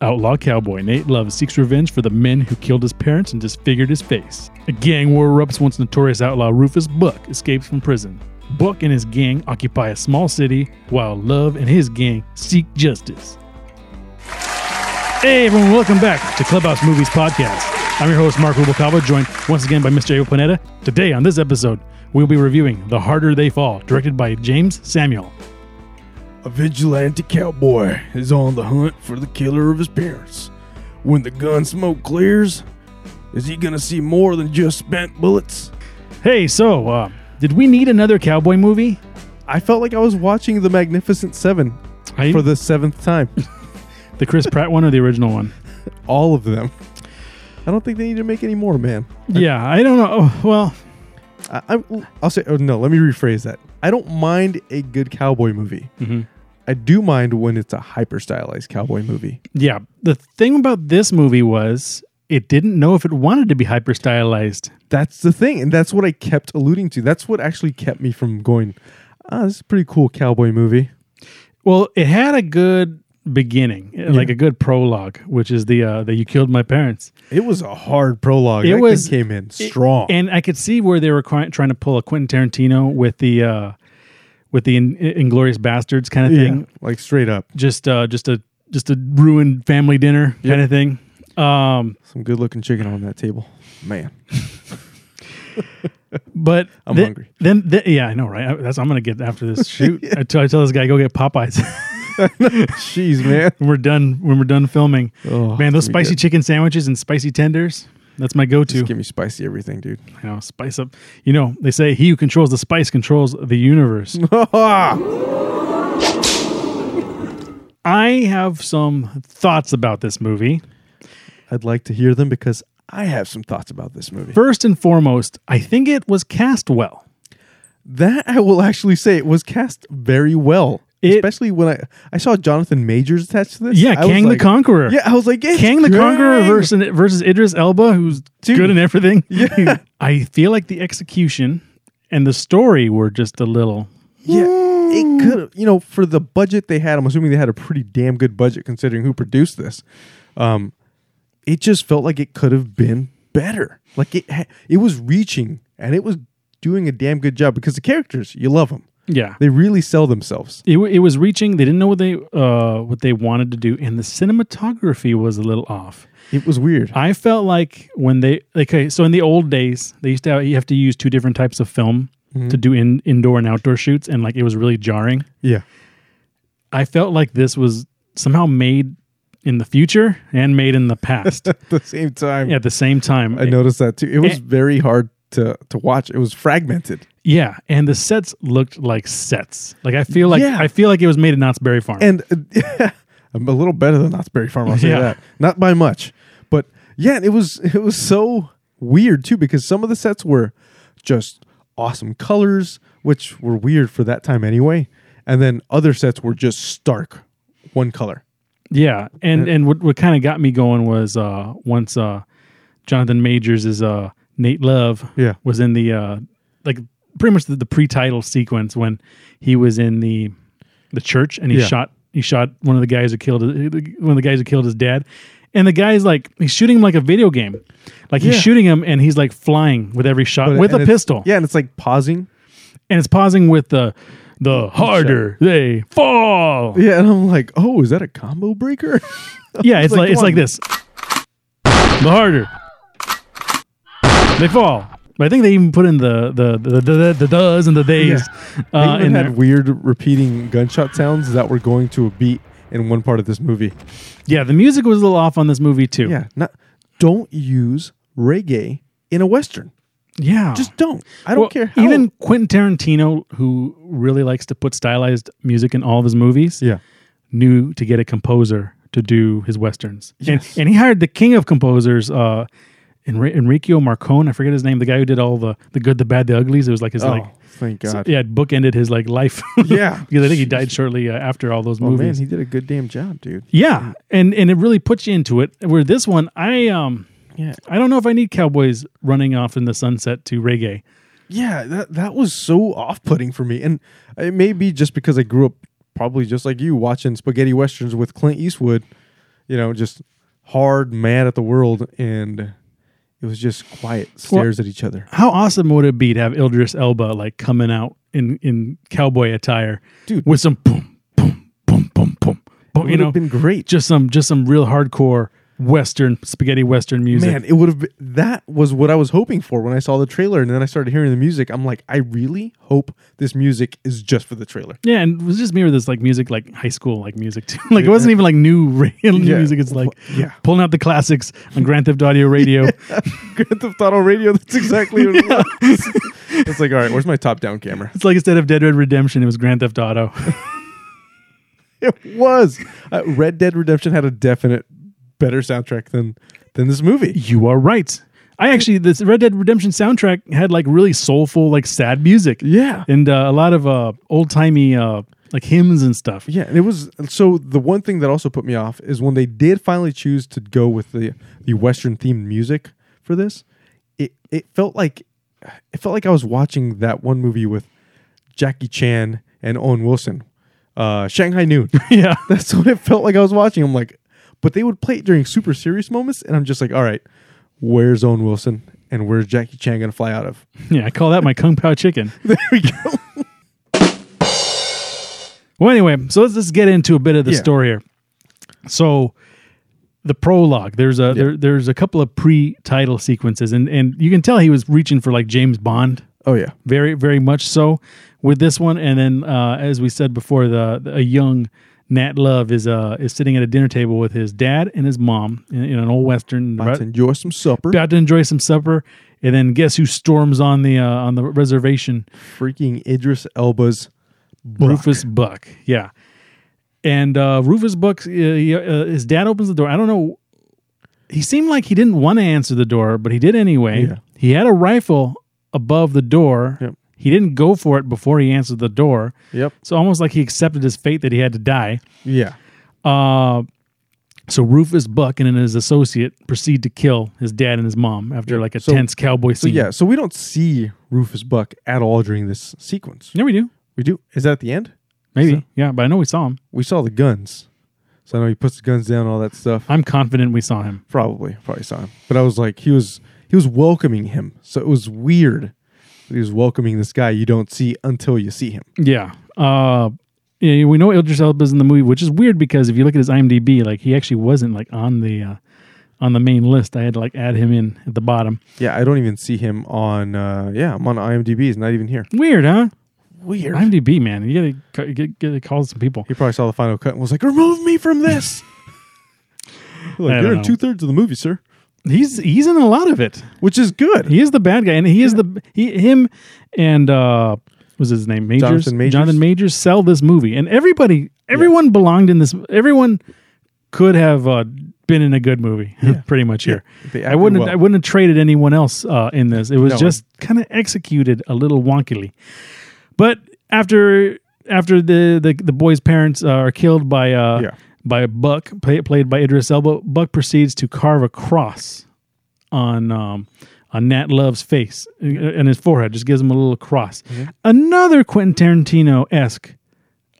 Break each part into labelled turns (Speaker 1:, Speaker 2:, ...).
Speaker 1: Outlaw cowboy Nate Love seeks revenge for the men who killed his parents and disfigured his face. A gang war erupts once notorious outlaw Rufus Buck escapes from prison. Buck and his gang occupy a small city while Love and his gang seek justice. Hey everyone, welcome back to Clubhouse Movies Podcast. I'm your host Mark Rubalcava, joined once again by Mr. Abel Panetta. Today on this episode, we'll be reviewing The Harder They Fall, directed by James Samuel.
Speaker 2: A vigilante cowboy is on the hunt for the killer of his parents. When the gun smoke clears, is he gonna see more than just spent bullets?
Speaker 1: Hey, so uh, did we need another cowboy movie?
Speaker 3: I felt like I was watching The Magnificent Seven
Speaker 1: I,
Speaker 3: for the seventh time.
Speaker 1: the Chris Pratt one or the original one?
Speaker 3: All of them. I don't think they need to make any more, man.
Speaker 1: Yeah, I don't know. Oh, well,
Speaker 3: I, I, I'll say, oh no, let me rephrase that. I don't mind a good cowboy movie.
Speaker 2: Mm-hmm.
Speaker 3: I do mind when it's a hyper stylized cowboy movie.
Speaker 1: yeah. The thing about this movie was it didn't know if it wanted to be hyper stylized.
Speaker 3: That's the thing. And that's what I kept alluding to. That's what actually kept me from going, ah, this is a pretty cool cowboy movie.
Speaker 1: Well, it had a good beginning, like a good prologue, which is the uh, that you killed my parents.
Speaker 3: It was a hard prologue.
Speaker 1: It
Speaker 3: That thing
Speaker 1: was-
Speaker 3: came in strong.
Speaker 1: and I could see where they were cry- trying to pull a Quentin Tarantino with the uh, with the in- Inglorious Bastards kind of thing,
Speaker 3: yeah, like straight up.
Speaker 1: just uh, just a just a ruined family dinner kind of thing. Um,
Speaker 3: Some good looking chicken on that table. Man.
Speaker 1: but
Speaker 3: I'm
Speaker 1: then,
Speaker 3: hungry.
Speaker 1: Then, th- yeah, I know, right? I, that's I'm gonna get after this shoot. I tell- I tell this guy go get Popeyes
Speaker 3: Jeez, man.
Speaker 1: when we're done when we're done filming.
Speaker 3: Oh,
Speaker 1: Man, those
Speaker 3: it's gonna be
Speaker 1: spicy chicken sandwiches and spicy tenders. That's my go-to.
Speaker 3: Just give me spicy everything, dude.
Speaker 1: you know, spice up. You know, they say he who controls the spice controls the universe.
Speaker 3: oh,
Speaker 1: I have some thoughts about this movie.
Speaker 3: I'd like to hear them because I have some thoughts about this movie.
Speaker 1: First and foremost, I think it was cast well.
Speaker 3: that I will actually say it was cast very well.
Speaker 1: It-
Speaker 3: Especially when I I saw Jonathan Majors attached to this.
Speaker 1: Yeah,
Speaker 3: I was
Speaker 1: Kang the
Speaker 3: like-
Speaker 1: Conqueror.
Speaker 3: Yeah, I was like, it's
Speaker 1: Kang the
Speaker 3: Kang!
Speaker 1: Conqueror versus, versus Idris Elba, who's
Speaker 3: Dude.
Speaker 1: good in everything. I feel like the execution and the story were just a little.
Speaker 3: Yeah, it could. You know, for the budget they had, I'm assuming they had a pretty damn good budget considering who produced this. Um, it just felt like it could have been better. Like it, ha- it was reaching and it was doing a damn good job because the characters, you love them.
Speaker 1: Yeah.
Speaker 3: They really sell themselves.
Speaker 1: It, wa- it was reaching. They didn't know what they uh, what they wanted to do, and the cinematography was a little off.
Speaker 3: It was weird.
Speaker 1: I felt like when they like, okay, so in the old days, they used to have, you have to use two different types of film
Speaker 3: Mm-hmm.
Speaker 1: to do in, indoor and outdoor shoots, and like it was really jarring.
Speaker 3: Yeah.
Speaker 1: I felt like this was somehow made in the future and made in the past
Speaker 3: At the same time,
Speaker 1: at the same time.
Speaker 3: I noticed that too. It was very hard to to watch. It was fragmented.
Speaker 1: Yeah, and the sets looked like sets. Like I feel like
Speaker 3: Yeah.
Speaker 1: I feel like it was made at Knott's Berry Farm.
Speaker 3: And uh, I'm a little better than Knott's Berry Farm. I'll say
Speaker 1: Yeah.
Speaker 3: that. Not by much, but yeah, it was it was so weird too because some of the sets were just awesome colors, which were weird for that time anyway. And then other sets were just stark, one color.
Speaker 1: yeah, and and what, what kind of got me going was uh once uh Jonathan Majors is uh Nate Love
Speaker 3: Yeah.
Speaker 1: was in the uh like pretty much the, the pre-title sequence when he was in the the church and he
Speaker 3: Yeah.
Speaker 1: shot he shot one of the guys who killed one of the guys who killed his dad and the guy's like he's shooting him like a video game like he's
Speaker 3: Yeah.
Speaker 1: shooting him and he's like flying with every shot
Speaker 3: But-
Speaker 1: with
Speaker 3: and
Speaker 1: a
Speaker 3: it's-
Speaker 1: pistol
Speaker 3: Yeah, and it's like pausing.
Speaker 1: and it's pausing with the the harder they fall
Speaker 3: Yeah, and I'm like, oh, is that a combo breaker?
Speaker 1: yeah it's
Speaker 3: like,
Speaker 1: like it's
Speaker 3: come
Speaker 1: like
Speaker 3: on.
Speaker 1: this the harder they fall but I think they even put in the the the the, the, the does and the days
Speaker 3: They
Speaker 1: uh,
Speaker 3: even
Speaker 1: in
Speaker 3: had
Speaker 1: there.
Speaker 3: weird repeating gunshot sounds that were going to a beat in one part of this movie.
Speaker 1: Yeah, the music was a little off on this movie too.
Speaker 3: Yeah, not don't use reggae in a western.
Speaker 1: yeah.
Speaker 3: Just don't. I don't
Speaker 1: Well,
Speaker 3: care how.
Speaker 1: Even Quentin Tarantino, who really likes to put stylized music in all of his movies,
Speaker 3: yeah,
Speaker 1: knew to get a composer to do his westerns.
Speaker 3: Yes.
Speaker 1: And, and he hired the king of composers, uh, Enri- Enrico Marcone. I forget his name. The guy who did all the the good, the bad, the uglies. It was like his
Speaker 3: oh,
Speaker 1: like
Speaker 3: thank God.
Speaker 1: yeah, it bookended his like life.
Speaker 3: Yeah.
Speaker 1: because I think he died shortly uh, after all those
Speaker 3: oh man,
Speaker 1: movies.
Speaker 3: he did a good damn job, dude.
Speaker 1: yeah, and and it really puts you into it. Where this one, I um.
Speaker 3: Yeah,
Speaker 1: I don't know if I need cowboys running off in the sunset to reggae.
Speaker 3: yeah. That that was so off-putting for me, and it may be just because I grew up probably just like you watching spaghetti westerns with Clint Eastwood. you know, just hard, mad at the world, and it was just quiet stares at each other.
Speaker 1: How awesome would it be to have Ildris Elba like coming out in in cowboy attire,
Speaker 3: Dude.
Speaker 1: with some boom, boom, boom, boom, boom, boom.
Speaker 3: It
Speaker 1: You
Speaker 3: would
Speaker 1: know,
Speaker 3: have been great.
Speaker 1: just some just some real hardcore Western spaghetti Western music.
Speaker 3: Man, it would have. been- That was what I was hoping for when I saw the trailer, and then I started hearing the music. I'm like, I really hope this music is just for the trailer.
Speaker 1: Yeah, and it was just me with this like music, like high school like music too. like it wasn't even like new real new
Speaker 3: Yeah.
Speaker 1: music. It's like
Speaker 3: Yeah.
Speaker 1: pulling out the classics on Grand Theft Audio radio.
Speaker 3: Grand Theft Auto Radio. That's exactly what it was. it's like, all right, where's my top-down camera?
Speaker 1: It's like instead of Dead Red Redemption, it was Grand Theft Auto.
Speaker 3: It was. Uh, Red Dead Redemption had a definite better soundtrack than than this movie.
Speaker 1: you are right. I actually this Red Dead Redemption soundtrack had like really soulful, like sad music.
Speaker 3: Yeah.
Speaker 1: and uh, a lot of uh, old timey uh, like hymns and stuff.
Speaker 3: Yeah, and it was so the one thing that also put me off is when they did finally choose to go with the the western themed music for this, it it felt like it felt like I was watching that one movie with Jackie Chan and Owen Wilson, uh, Shanghai Noon.
Speaker 1: yeah.
Speaker 3: That's what it felt like I was watching. I'm like, but they would play it during super serious moments, and I'm just like, all right, where's Owen Wilson and where's Jackie Chan gonna fly out of?
Speaker 1: Yeah, I call that my kung pao chicken.
Speaker 3: There we go.
Speaker 1: Well, anyway, so let's just get into a bit of the
Speaker 3: Yeah.
Speaker 1: story here. So, the prologue. There's a there, there's a couple of pre-title sequences, and and you can tell he was reaching for like James Bond,
Speaker 3: Oh yeah,
Speaker 1: very very much so with this one. And then, uh, as we said before, the, the- a young Nat Love is uh is sitting at a dinner table with his dad and his mom in, in an old western.
Speaker 3: let's enjoy some supper.
Speaker 1: about to enjoy some supper, and then guess who storms on the uh, on the reservation?
Speaker 3: Freaking Idris Elba's
Speaker 1: Rufus Buck. Yeah, and uh, Rufus Buck, uh, he, uh, his dad opens the door. I don't know. He seemed like he didn't want to answer the door, but he did anyway.
Speaker 3: Yeah.
Speaker 1: He had a rifle above the door.
Speaker 3: Yep.
Speaker 1: He didn't go for it before he answered the door.
Speaker 3: Yep.
Speaker 1: So almost like he accepted his fate that he had to die.
Speaker 3: Yeah.
Speaker 1: Uh, so Rufus Buck and his associate proceed to kill his dad and his mom after like a
Speaker 3: So-
Speaker 1: tense cowboy
Speaker 3: So
Speaker 1: scene.
Speaker 3: yeah, so we don't see Rufus Buck at all during this sequence.
Speaker 1: Yeah, we do.
Speaker 3: We do. Is that at the end?
Speaker 1: Maybe.
Speaker 3: So-
Speaker 1: yeah, but I know we saw him.
Speaker 3: We saw the guns. So I know he puts the guns down, all that stuff.
Speaker 1: I'm confident we saw him.
Speaker 3: Probably, probably saw him. But I was like, he was he was welcoming him. So it was weird that he was welcoming this guy you don't see until you see him.
Speaker 1: Yeah. Uh yeah, we know Idris Elba's in the movie, which is weird because if you look at his IMDb, like he actually wasn't like on the uh, on the main list. I had to like add him in at the bottom.
Speaker 3: Yeah, I don't even see him on. Uh, yeah, I'm on IMDb. He's not even here.
Speaker 1: Weird, huh?
Speaker 3: Weird.
Speaker 1: IMDb, man, you gotta c- get, get call some people.
Speaker 3: he probably saw the final cut and was like, "Remove me from this."
Speaker 1: I
Speaker 3: like
Speaker 1: don't
Speaker 3: you're
Speaker 1: know.
Speaker 3: in two thirds of the movie, sir.
Speaker 1: He's he's in a lot of it.
Speaker 3: Which is good.
Speaker 1: He is the bad guy, and he is the he him and uh what was his name Majors
Speaker 3: Jonathan Majors?
Speaker 1: Jonathan Majors sell this movie, and everybody everyone belonged in this. Everyone could have uh, been in a good movie, pretty much here.
Speaker 3: They
Speaker 1: I
Speaker 3: acted
Speaker 1: wouldn't
Speaker 3: well.
Speaker 1: I wouldn't have traded anyone else uh, in this. It was
Speaker 3: No.
Speaker 1: just kind of executed a little wonkily, but after after the the, the boy's parents uh, are killed by uh
Speaker 3: Yeah.
Speaker 1: by Buck play, played by Idris Elba, Buck proceeds to carve a cross on um, on Nat Love's face uh, and his forehead. Just gives him a little cross.
Speaker 3: Mm-hmm.
Speaker 1: Another Quentin Tarantino esque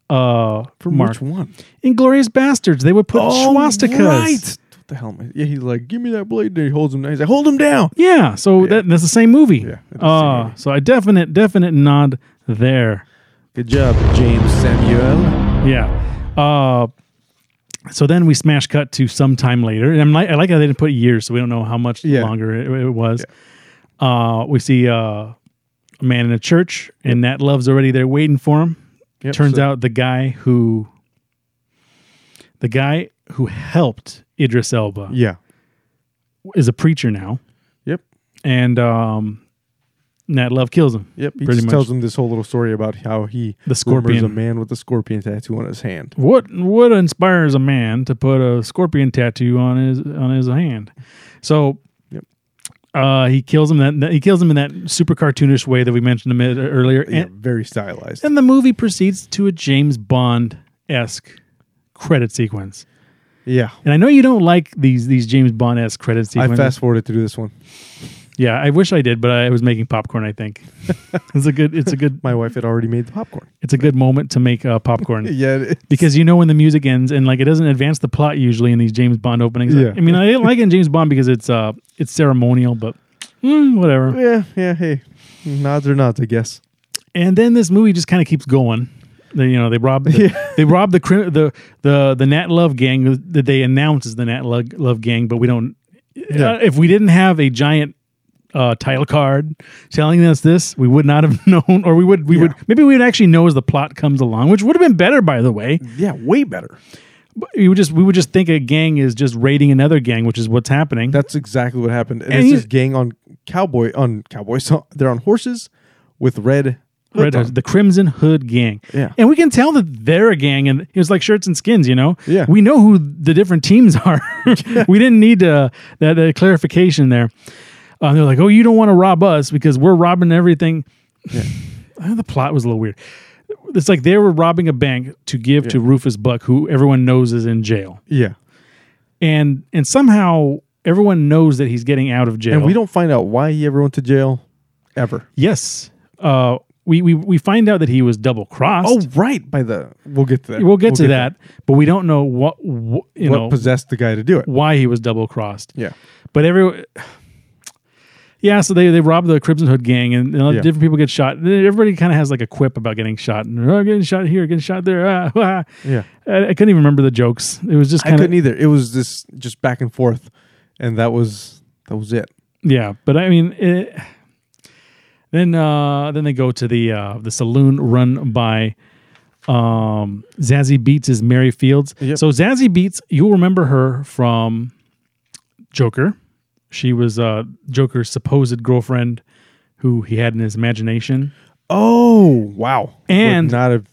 Speaker 1: uh,
Speaker 3: From
Speaker 1: mark.
Speaker 3: which one?
Speaker 1: Inglorious Bastards. They would put swastikas.
Speaker 3: Oh, Right. What the hell? Am I? Yeah, he's like, "Give me that blade." And he holds him down. He's like, "Hold him down."
Speaker 1: Yeah. So That, that's the same movie.
Speaker 3: Yeah, it's the same
Speaker 1: Uh,
Speaker 3: movie.
Speaker 1: so a definite definite nod there.
Speaker 3: Good job, James Samuel.
Speaker 1: Yeah. Uh, so then we smash cut to sometime later, and I'm like, I like how they didn't put years, so we don't know how much
Speaker 3: Yeah.
Speaker 1: longer it, it was. Uh, we see uh, a man in a church, and Nat Love's already there waiting for him.
Speaker 3: Yep,
Speaker 1: Turns
Speaker 3: so-
Speaker 1: out the guy who the guy who helped Idris Elba
Speaker 3: Yeah.
Speaker 1: is a preacher now,
Speaker 3: Yep.
Speaker 1: and um, Nat Love kills him.
Speaker 3: Yep. He
Speaker 1: Pretty
Speaker 3: just
Speaker 1: much.
Speaker 3: tells him this whole little story about how he
Speaker 1: The
Speaker 3: remembers
Speaker 1: scorpion.
Speaker 3: a man with a scorpion tattoo on his hand.
Speaker 1: What what inspires a man to put a scorpion tattoo on his on his hand? So
Speaker 3: Yep.
Speaker 1: uh, he kills him. That, that- he kills him in that super cartoonish way that we mentioned a minute earlier,
Speaker 3: Yeah,
Speaker 1: and,
Speaker 3: very stylized.
Speaker 1: and the movie proceeds to a James Bond esque credit sequence.
Speaker 3: yeah.
Speaker 1: And I know you don't like these these James Bond esque credit
Speaker 3: I
Speaker 1: sequences.
Speaker 3: fast forwarded through this one.
Speaker 1: Yeah, I wish I did, but I was making popcorn. I think it's a good, it's a good,
Speaker 3: My wife had already made the popcorn.
Speaker 1: it's a good moment to make uh, popcorn.
Speaker 3: Yeah, it-
Speaker 1: because you know when the music ends and like it doesn't advance the plot usually in these James Bond openings.
Speaker 3: Yeah.
Speaker 1: I mean, I didn't like it in James Bond because it's uh it's ceremonial, but mm, whatever.
Speaker 3: yeah, yeah. Hey, nods or nods, I guess.
Speaker 1: And then this movie just kind of keeps going. They, you know, they rob the, they rob the cri- the the the Nat Love gang uh, that they announce is the Nat Love, Love gang, but we don't.
Speaker 3: Yeah.
Speaker 1: Uh, if we didn't have a giant. Uh, title card telling us this we would not have known or we would we would maybe we would actually know as the plot comes along which would have been better by the way
Speaker 3: Yeah, way better.
Speaker 1: you would just we would just think a gang is just raiding another gang, which is what's happening.
Speaker 3: That's exactly what happened. And,
Speaker 1: And
Speaker 3: it's
Speaker 1: you-
Speaker 3: this gang on cowboy on cowboys. So they're on horses with red. hoods
Speaker 1: Red
Speaker 3: on.
Speaker 1: Hood, the Crimson Hood gang.
Speaker 3: Yeah.
Speaker 1: And we can tell that they're a gang and it was like shirts and skins, you know?
Speaker 3: Yeah.
Speaker 1: We know who the different teams are. we didn't need uh, that uh, clarification there. Uh, they're like, oh, you don't want to rob us because we're robbing everything. Uh, the plot was a little weird. It's like they were robbing a bank to give to Rufus Buck, who everyone knows is in jail.
Speaker 3: Yeah,
Speaker 1: And and somehow everyone knows that he's getting out of jail.
Speaker 3: and we don't find out why he ever went to jail, ever.
Speaker 1: Yes. Uh, we, we we find out that he was double crossed.
Speaker 3: Oh, right. By the we'll get to that.
Speaker 1: we'll get to that, but we don't know what, wh- you
Speaker 3: What
Speaker 1: know
Speaker 3: possessed the guy to do it?
Speaker 1: why he was double crossed.
Speaker 3: Yeah,
Speaker 1: But every yeah, so they they rob the Crimson Hood gang, and, and
Speaker 3: Yeah.
Speaker 1: different people get shot. And Everybody kind of has like a quip about getting shot and oh, getting shot here, getting shot there. Ah, ah.
Speaker 3: yeah.
Speaker 1: I, I couldn't even remember the jokes. It was just
Speaker 3: I
Speaker 1: kind
Speaker 3: couldn't
Speaker 1: of
Speaker 3: either. It was this just back and forth, and that was that was it.
Speaker 1: yeah. But I mean. It, then, uh, then they go to the uh, the saloon run by um, Zazie Beats is Mary Fields.
Speaker 3: Yep.
Speaker 1: So Zazie Beats, you'll remember her from Joker. She was uh, Joker's supposed girlfriend, who he had in his imagination.
Speaker 3: Oh wow!
Speaker 1: And-
Speaker 3: Would not have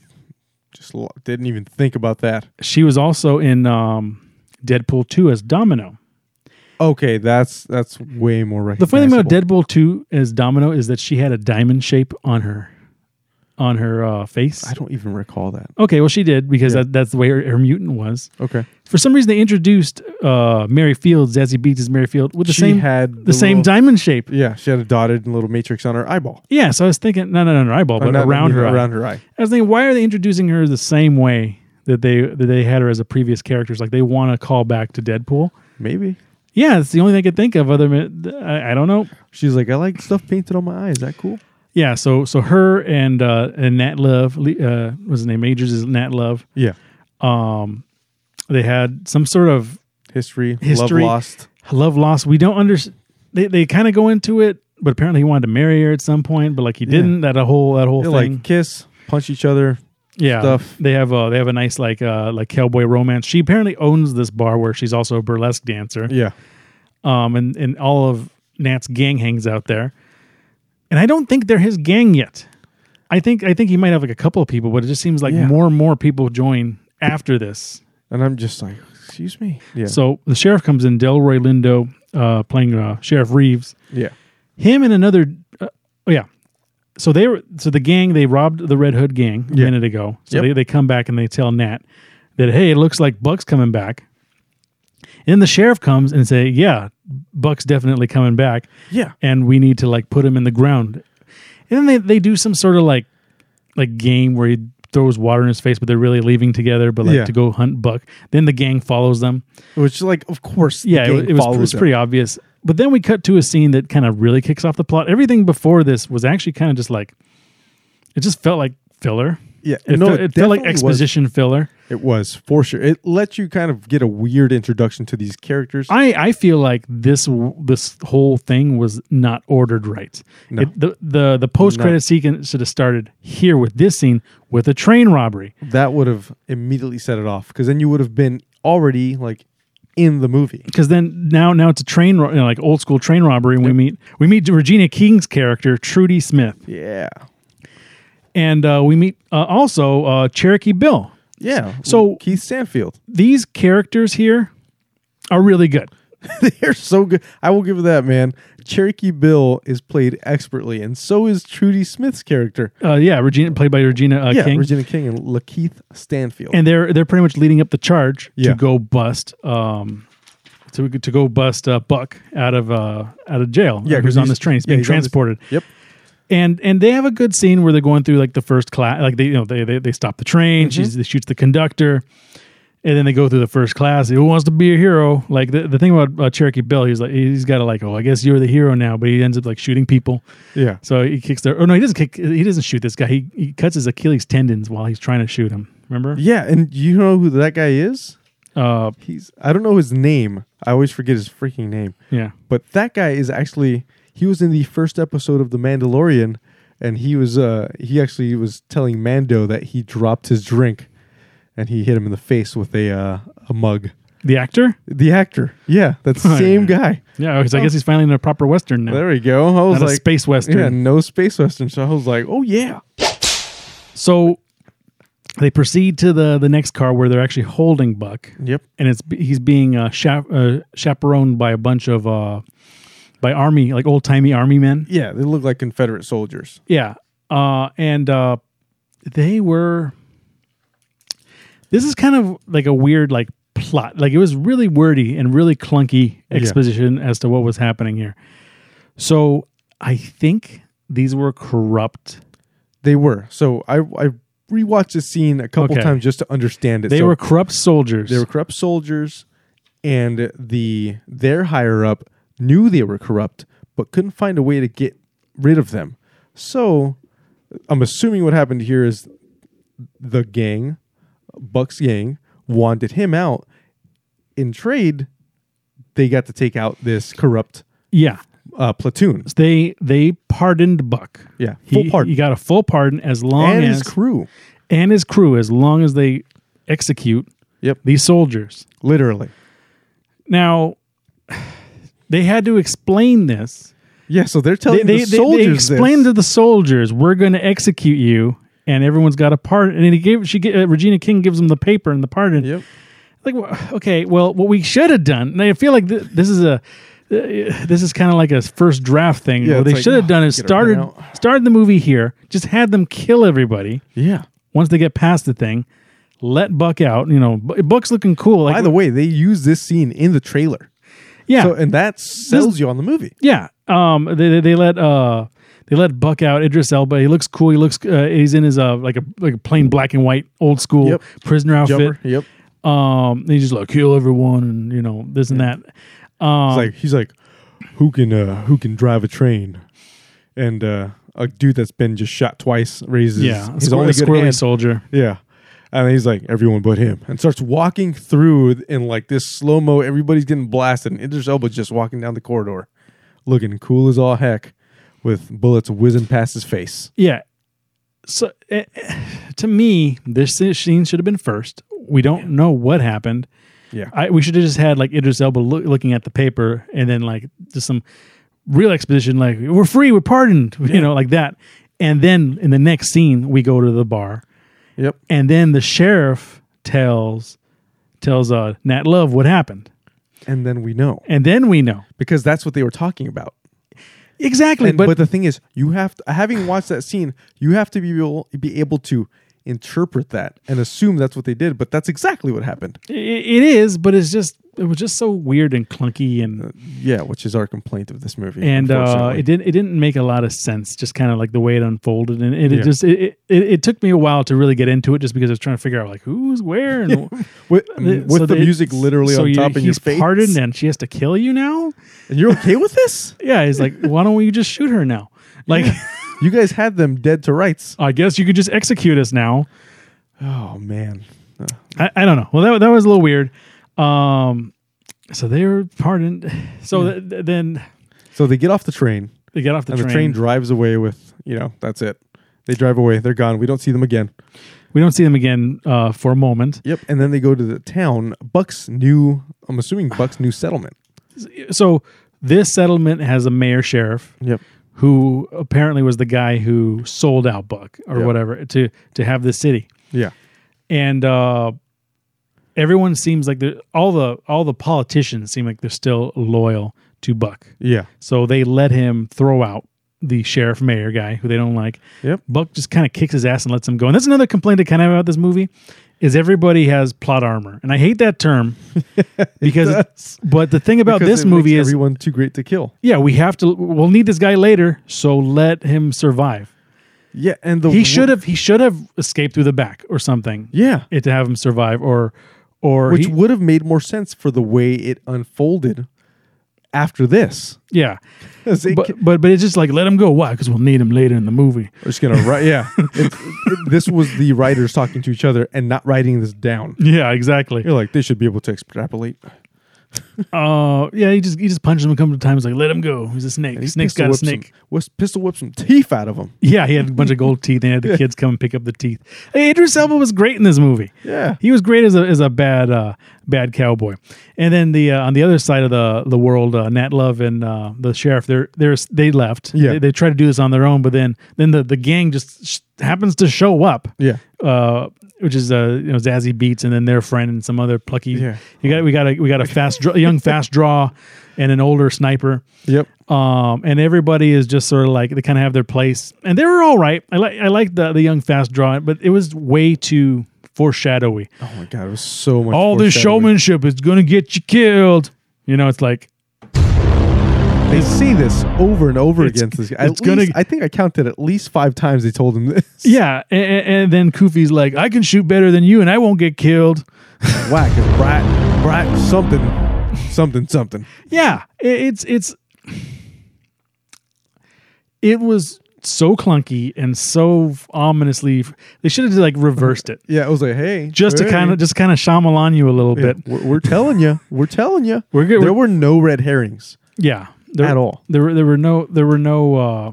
Speaker 3: just lo- didn't even think about that.
Speaker 1: She was also in um, Deadpool two as Domino.
Speaker 3: Okay, that's that's way more
Speaker 1: The funny thing
Speaker 3: recognizable.
Speaker 1: about Deadpool two as Domino is that she had a diamond shape on her on her uh, face.
Speaker 3: I don't even recall that.
Speaker 1: Okay, well she did because
Speaker 3: Yeah.
Speaker 1: that, that's the way her, her mutant was.
Speaker 3: Okay,
Speaker 1: For some reason, they introduced uh, Mary Fields as he beats as Mary Field with the
Speaker 3: She
Speaker 1: same
Speaker 3: had
Speaker 1: the,
Speaker 3: the
Speaker 1: same
Speaker 3: little-
Speaker 1: diamond shape.
Speaker 3: yeah, she had a dotted little matrix on her eyeball,
Speaker 1: Yeah, so I was thinking, no, no, no, no eyeball,
Speaker 3: Or
Speaker 1: but
Speaker 3: not-
Speaker 1: around her. eye.
Speaker 3: around her eye.
Speaker 1: I was thinking, why are they introducing her the same way that they that they had her as a previous characters? Like they want to call back to Deadpool.
Speaker 3: Maybe
Speaker 1: Yeah, it's the only thing I could think of. Other, than- I, I don't know.
Speaker 3: she's like, I like stuff painted on my eye. Is that cool?
Speaker 1: Yeah, so so her and uh, and Nat Love, Le- uh, was his name? Majors is Nat Love.
Speaker 3: Yeah,
Speaker 1: Um, they had some sort of
Speaker 3: history,
Speaker 1: History.
Speaker 3: love lost.
Speaker 1: love lost. We don't understand. They they kind of go into it, but apparently he wanted to marry her at some point, but like he didn't. That a whole that whole
Speaker 3: They
Speaker 1: thing.
Speaker 3: like kiss, punch each other.
Speaker 1: yeah,
Speaker 3: stuff.
Speaker 1: they have a they have a nice like uh like cowboy romance. She apparently owns this bar where she's also a burlesque dancer.
Speaker 3: Yeah,
Speaker 1: Um, and and all of Nat's gang hangs out there, and I don't think they're his gang yet. I think I think he might have like a couple of people, but it just seems like
Speaker 3: Yeah.
Speaker 1: more and more people join after this.
Speaker 3: and I'm just like, excuse me. Yeah,
Speaker 1: So the sheriff comes in, Delroy Lindo, uh, playing uh, Sheriff Reeves.
Speaker 3: yeah.
Speaker 1: him and another uh, oh yeah so they were so the gang they robbed the red hood gang a
Speaker 3: Yeah.
Speaker 1: minute ago so
Speaker 3: Yep.
Speaker 1: they, they come back and they tell nat that hey it looks like buck's coming back and then the sheriff comes and say yeah buck's definitely coming back
Speaker 3: Yeah.
Speaker 1: and we need to like put him in the ground and then they, they do some sort of like like game where he throws water in his face but they're really leaving together but like
Speaker 3: Yeah.
Speaker 1: to go hunt buck then the gang follows them
Speaker 3: Which, like, of course, the
Speaker 1: yeah, it,
Speaker 3: gang
Speaker 1: wa- it was, it
Speaker 3: follows
Speaker 1: was
Speaker 3: him.
Speaker 1: pretty obvious. But then we cut to a scene that kind of really kicks off the plot. Everything before this was actually kind of just like it just felt like filler.
Speaker 3: Yeah,
Speaker 1: It,
Speaker 3: no,
Speaker 1: felt, it felt like
Speaker 3: definitely was.
Speaker 1: exposition filler.
Speaker 3: It was for sure. It lets you kind of get a weird introduction to these characters.
Speaker 1: I, I feel like this w- this whole thing was not ordered right.
Speaker 3: No.
Speaker 1: It, the the the post credit sequence should have started here with this scene with a train robbery.
Speaker 3: that would have immediately set it off because then you would have been already like in the movie.
Speaker 1: because then now now it's a train ro- you know, like old school train robbery and we meet we meet Regina King's character Trudy Smith
Speaker 3: Yeah,
Speaker 1: and uh, we meet uh, also uh, Cherokee Bill.
Speaker 3: yeah.
Speaker 1: So-
Speaker 3: Keith Sanfield,
Speaker 1: these characters here are really good.
Speaker 3: they're so good. I will give that man. Cherokee Bill is played expertly, and so is Trudy Smith's character.
Speaker 1: Uh, yeah, Regina, played by Regina uh,
Speaker 3: yeah,
Speaker 1: King,
Speaker 3: Regina King and Lakeith Stanfield.
Speaker 1: and they're they're pretty much leading up the charge
Speaker 3: Yeah.
Speaker 1: to go bust um, to to go bust uh, Buck out of uh, out of jail.
Speaker 3: Yeah, 'cause
Speaker 1: who's on
Speaker 3: he's-
Speaker 1: this train. He's
Speaker 3: yeah,
Speaker 1: being
Speaker 3: he's on this-
Speaker 1: transported.
Speaker 3: Yep.
Speaker 1: and and they have a good scene where they're going through like the first class like they you know they they, they stop the train
Speaker 3: Mm-hmm.
Speaker 1: she's, they shoots the conductor and then they go through the first class who wants to be a hero like the, the thing about uh, cherokee bill he's like he's got to like oh i guess you're the hero now but he ends up like shooting people
Speaker 3: Yeah.
Speaker 1: so he kicks their oh no he doesn't kick he doesn't shoot this guy he, he cuts his achilles tendons while he's trying to shoot him remember
Speaker 3: Yeah, and you know who that guy is?
Speaker 1: uh
Speaker 3: He's I don't know his name. I always forget his freaking name.
Speaker 1: yeah
Speaker 3: But that guy is actually he was in the first episode of The Mandalorian and he was uh he actually was telling Mando that he dropped his drink and he hit him in the face with a uh, a mug.
Speaker 1: the actor
Speaker 3: The actor. Yeah, that
Speaker 1: Oh,
Speaker 3: same
Speaker 1: yeah.
Speaker 3: guy.
Speaker 1: yeah because i guess he's finally in a proper western now
Speaker 3: There we go. I was
Speaker 1: not
Speaker 3: like
Speaker 1: a space western
Speaker 3: Yeah, no space western. So I was like, "Oh yeah."
Speaker 1: So they proceed to the the next car where they're actually holding Buck,
Speaker 3: Yep.
Speaker 1: and it's he's being uh, chap- uh, chaperoned by a bunch of uh, by army like old timey army men.
Speaker 3: Yeah, they look like Confederate soldiers.
Speaker 1: Yeah, uh, and uh, they were. This is kind of like a weird like plot. Like it was really wordy and really clunky exposition as to what was happening here. So I think these were corrupt
Speaker 3: They were. So I I rewatched the scene a couple
Speaker 1: Okay.
Speaker 3: times just to understand it.
Speaker 1: they
Speaker 3: So
Speaker 1: were corrupt soldiers
Speaker 3: they were corrupt soldiers, and the their higher up knew they were corrupt, but couldn't find a way to get rid of them. So I'm assuming what happened here is the gang, Buck's gang, wanted him out. In trade, they got to take out this corrupt
Speaker 1: yeah
Speaker 3: uh, platoon.
Speaker 1: they they pardoned Buck.
Speaker 3: Yeah,
Speaker 1: He,
Speaker 3: full pardon
Speaker 1: He got a full pardon as long
Speaker 3: and
Speaker 1: as
Speaker 3: his crew.
Speaker 1: and his crew as long as they execute
Speaker 3: Yep.
Speaker 1: these soldiers.
Speaker 3: Literally.
Speaker 1: Now they had to explain this.
Speaker 3: Yeah, so they're
Speaker 1: They,
Speaker 3: telling
Speaker 1: they,
Speaker 3: the
Speaker 1: they- they
Speaker 3: soldiers
Speaker 1: explained
Speaker 3: this.
Speaker 1: to the soldiers, "We're going to execute you." And everyone's got a pardon, and he gave she ga- uh, Regina King gives him the paper and the pardon.
Speaker 3: Yep.
Speaker 1: Like, wha- okay, well, what we should have done. And I feel like th- this is a uh, this is kind of like a first draft thing.
Speaker 3: Yeah,
Speaker 1: what
Speaker 3: it's
Speaker 1: they
Speaker 3: like,
Speaker 1: should have done is
Speaker 3: "Get her pen
Speaker 1: started
Speaker 3: out."
Speaker 1: started the movie here, just had them kill everybody.
Speaker 3: Yeah.
Speaker 1: once they get past the thing, let Buck out. You know, Bu- Buck's looking cool. Like,
Speaker 3: By the way, they use this scene in the trailer.
Speaker 1: yeah,
Speaker 3: So and that sells you on the movie.
Speaker 1: yeah. Um, they, they they let uh they let Buck out. Idris Elba. He looks cool. He looks. Uh, he's in his uh like a like a plain black and white old school
Speaker 3: Yep.
Speaker 1: prisoner outfit.
Speaker 3: Jumper. Yep.
Speaker 1: Um, he's just like kill everyone and you know this and that. Um,
Speaker 3: He's like he's like, who can uh who can drive a train? And uh a dude that's been just shot twice raises
Speaker 1: Yeah,
Speaker 3: his
Speaker 1: squir-
Speaker 3: only
Speaker 1: a
Speaker 3: good
Speaker 1: squirrely
Speaker 3: hand.
Speaker 1: soldier.
Speaker 3: Yeah. And he's like, everyone but him. And starts walking through in like this slow mo. Everybody's getting blasted. And Idris Elba's just walking down the corridor, looking cool as all heck, with bullets whizzing past his face.
Speaker 1: Yeah. So eh, eh, to me, this scene should have been first. We don't know what happened.
Speaker 3: Yeah.
Speaker 1: I, we should have just had like Idris Elba loo- looking at the paper and then like just some real exposition, like we're free, we're pardoned, you know, like that. And then in the next scene, we go to the bar,
Speaker 3: Yep.
Speaker 1: and then the sheriff tells tells uh, Nat Love what happened,
Speaker 3: And then we know.
Speaker 1: and then we know
Speaker 3: Because that's what they were talking about.
Speaker 1: exactly.
Speaker 3: And- but, the thing is, you have to, having watched that scene, you have to be able, be able to interpret that and assume that's what they did. But that's exactly what happened.
Speaker 1: i it is, but it's just it was just so weird and clunky and
Speaker 3: Yeah, which is our complaint of this movie.
Speaker 1: and uh,
Speaker 3: unfortunately.
Speaker 1: it didn't it didn't make a lot of sense just kind of like the way it unfolded and it, it
Speaker 3: Yeah.
Speaker 1: just it, it, it it took me a while to really get into it just because i was trying to figure out like who's where and
Speaker 3: with,
Speaker 1: th-
Speaker 3: with
Speaker 1: so
Speaker 3: the
Speaker 1: they-
Speaker 3: music literally
Speaker 1: so
Speaker 3: on
Speaker 1: you-
Speaker 3: top in your
Speaker 1: he's
Speaker 3: face,
Speaker 1: pardoned and she has to kill you now
Speaker 3: and you're okay with this?
Speaker 1: yeah he's like why don't you just shoot her now like
Speaker 3: You guys had them dead to rights.
Speaker 1: i guess you could just execute us now
Speaker 3: Oh man, Uh,
Speaker 1: I, I don't know. Well, that, that was a little weird. Um, so they were pardoned. So th- th- then
Speaker 3: so they get off the train,
Speaker 1: they get off the
Speaker 3: and
Speaker 1: train.
Speaker 3: the train drives away with you know that's it. They drive away. They're gone. We don't see them again.
Speaker 1: We don't see them again uh, for a moment.
Speaker 3: Yep. And then they go to the town, Buck's new. I'm assuming Buck's new settlement.
Speaker 1: So this settlement has a mayor sheriff.
Speaker 3: Yep.
Speaker 1: who apparently was the guy who sold out Buck or
Speaker 3: Yeah.
Speaker 1: whatever to to have the city.
Speaker 3: Yeah.
Speaker 1: And uh, everyone seems like they're all the all the politicians seem like they're still loyal to Buck.
Speaker 3: Yeah.
Speaker 1: So they let him throw out the sheriff mayor guy who they don't like.
Speaker 3: Yep.
Speaker 1: Buck just kind of kicks his ass and lets him go. And that's another complaint I kind of have about this movie is everybody has plot armor, and I hate that term because. but the thing about
Speaker 3: Because
Speaker 1: this
Speaker 3: it makes
Speaker 1: movie is,
Speaker 3: everyone too great to kill.
Speaker 1: yeah, we have to. We'll need this guy later, so let him survive.
Speaker 3: Yeah, and the
Speaker 1: He should have. He should have escaped through the back or something.
Speaker 3: Yeah,
Speaker 1: it to have him survive or or
Speaker 3: which
Speaker 1: he-
Speaker 3: would have made more sense for the way it unfolded after this.
Speaker 1: yeah
Speaker 3: 'Cause it
Speaker 1: but, but but it's just like let him go why because we'll need him later in the movie
Speaker 3: We're just gonna write. Yeah, It's- it- this was the writers talking to each other and not writing this down.
Speaker 1: yeah exactly
Speaker 3: You're like, they should be able to extrapolate.
Speaker 1: uh yeah he just he just punches him a couple of times like let him go he's a snake
Speaker 3: And he
Speaker 1: snake's
Speaker 3: pistol
Speaker 1: got a
Speaker 3: whips
Speaker 1: snake
Speaker 3: Some, was- pistol whips some teeth out of him.
Speaker 1: yeah he had a bunch of gold teeth and he had the kids come and pick up the teeth hey, Idris Elba was great in this movie
Speaker 3: Yeah.
Speaker 1: he was great as a as a bad uh bad cowboy and then the uh, on the other side of the the world uh, Nat Love and uh the sheriff they're they're they left
Speaker 3: Yeah.
Speaker 1: they, they tried to do this on their own but then then the the gang just sh- happens to show up
Speaker 3: Yeah.
Speaker 1: uh, which is uh, you know Zazzy Beats, and then their friend and some other plucky.
Speaker 3: Yeah.
Speaker 1: You got we got a we got a fast draw, young fast draw, and an older sniper.
Speaker 3: Yep.
Speaker 1: Um, and everybody is just sort of like they kind of have their place, and they were all right. I like I like the the young fast draw, but it was way too foreshadowy.
Speaker 3: Oh my god, it was so much.
Speaker 1: all this
Speaker 3: foreshadowing.
Speaker 1: showmanship is gonna get you killed. You know, it's like
Speaker 3: They say this over and over
Speaker 1: It's-
Speaker 3: against this. guy. At
Speaker 1: it's gonna-
Speaker 3: least- I think I counted at least five times they told him this.
Speaker 1: yeah, and, and then Koofy's like, I can shoot better than you, and I won't get killed.
Speaker 3: Whack and brat, brat something, something, something.
Speaker 1: yeah i- it's it's it was so clunky and so ominously they should have just like reversed it
Speaker 3: Yeah, it was like, hey,
Speaker 1: just to kind of just kind of Shyamalan you a little
Speaker 3: Yeah,
Speaker 1: bit
Speaker 3: we're, we're telling you, we're telling you,
Speaker 1: We're good-
Speaker 3: There were no red herrings.
Speaker 1: yeah there,
Speaker 3: At all.
Speaker 1: there were there were no there were no uh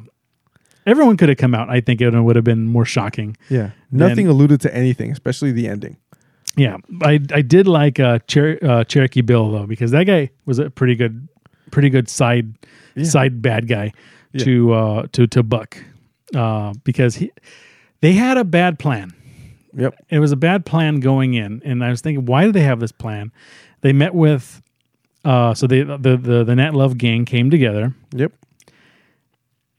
Speaker 1: everyone could have come out i think it would have been more shocking
Speaker 3: Yeah, nothing alluded to anything, especially the ending.
Speaker 1: yeah i i did like uh, Cher- uh cherokee bill though because that guy was a pretty good pretty good side side bad guy to uh to to buck uh because he they had a bad plan
Speaker 3: Yep.
Speaker 1: it was a bad plan going in, and I was thinking, why do they have this plan? They met with, uh, so they the the the Nat Love gang came together,
Speaker 3: Yep.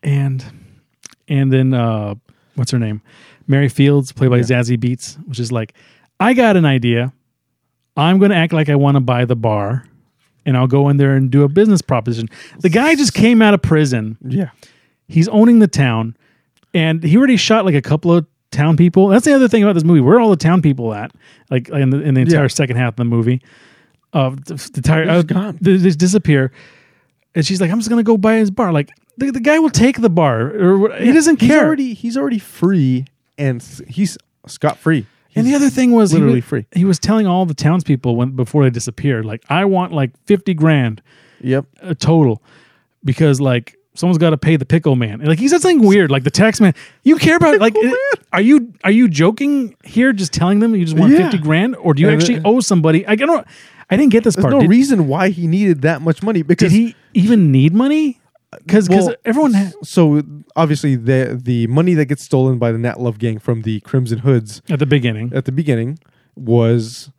Speaker 1: and and then uh, what's her name, Mary Fields, played by Zazie Beats, which is like, I got an idea, I'm going to act like I want to buy the bar, and I'll go in there and do a business proposition. The guy just came out of prison,
Speaker 3: Yeah.
Speaker 1: he's owning the town, and he already shot like a couple of town people. That's the other thing about this movie. Where are all the town people at? Like in the, in the entire
Speaker 3: Yeah.
Speaker 1: second half of the movie, uh, the, the entire uh,
Speaker 3: gone.
Speaker 1: They, they disappear, and she's like, "I'm just gonna go buy his bar." Like the, the guy will take the bar, or what, he doesn't
Speaker 3: He's
Speaker 1: care.
Speaker 3: already he's already free and s- he's scot free.
Speaker 1: and the other thing was he
Speaker 3: literally
Speaker 1: was-
Speaker 3: free.
Speaker 1: He was telling all the townspeople when before they disappeared, like, "I want like fifty grand
Speaker 3: Yep.
Speaker 1: uh, total," because like. Someone's got to pay the pickle man. And, Like he said something weird, like the tax man. You care about like,
Speaker 3: Pickle
Speaker 1: it-
Speaker 3: man.
Speaker 1: are you are you joking here? Just telling them you just want
Speaker 3: Yeah.
Speaker 1: fifty grand, or do you
Speaker 3: And
Speaker 1: actually
Speaker 3: the-
Speaker 1: owe somebody? I don't. I didn't get this
Speaker 3: There's
Speaker 1: part.
Speaker 3: no
Speaker 1: Did-
Speaker 3: reason why he needed that much money
Speaker 1: did
Speaker 3: because
Speaker 1: he even need money? Because
Speaker 3: Well,
Speaker 1: everyone ha-
Speaker 3: So obviously the the money that gets stolen by the Nat Love gang from the Crimson Hoods
Speaker 1: at the beginning,
Speaker 3: at the beginning was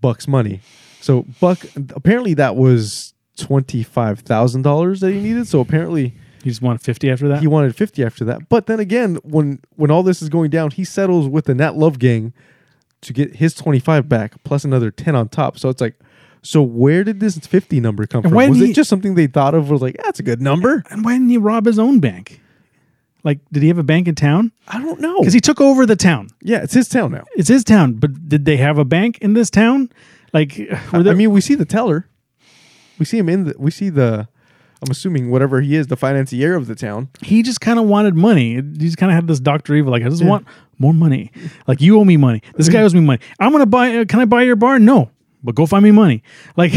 Speaker 3: Buck's money. So Buck apparently that was twenty five thousand dollars that he needed. So apparently
Speaker 1: he just wanted fifty after that.
Speaker 3: he wanted fifty after that. But then again, when when all this is going down, he settles with the Nat Love gang to get his twenty five back plus another ten on top. So it's like. So where did this fifty number come from?
Speaker 1: why did
Speaker 3: Was
Speaker 1: he-
Speaker 3: it just something they thought of? Was like that's a good number.
Speaker 1: and why didn't he rob his own bank? Like, did he have a bank in town?
Speaker 3: I don't know.
Speaker 1: Because he took over the town.
Speaker 3: yeah, it's his town now.
Speaker 1: It's his town, but did they have a bank in this town? Like, were there,
Speaker 3: I mean, we see the teller. We see him in the. We see the. I'm assuming whatever he is, the financier of the town.
Speaker 1: he just kind of wanted money. He just kind of had this Doctor Evil, like I just want more money. Like you owe me money. This guy owes me money. I'm gonna buy. Uh, can I buy your bar? No, but go find me money. Like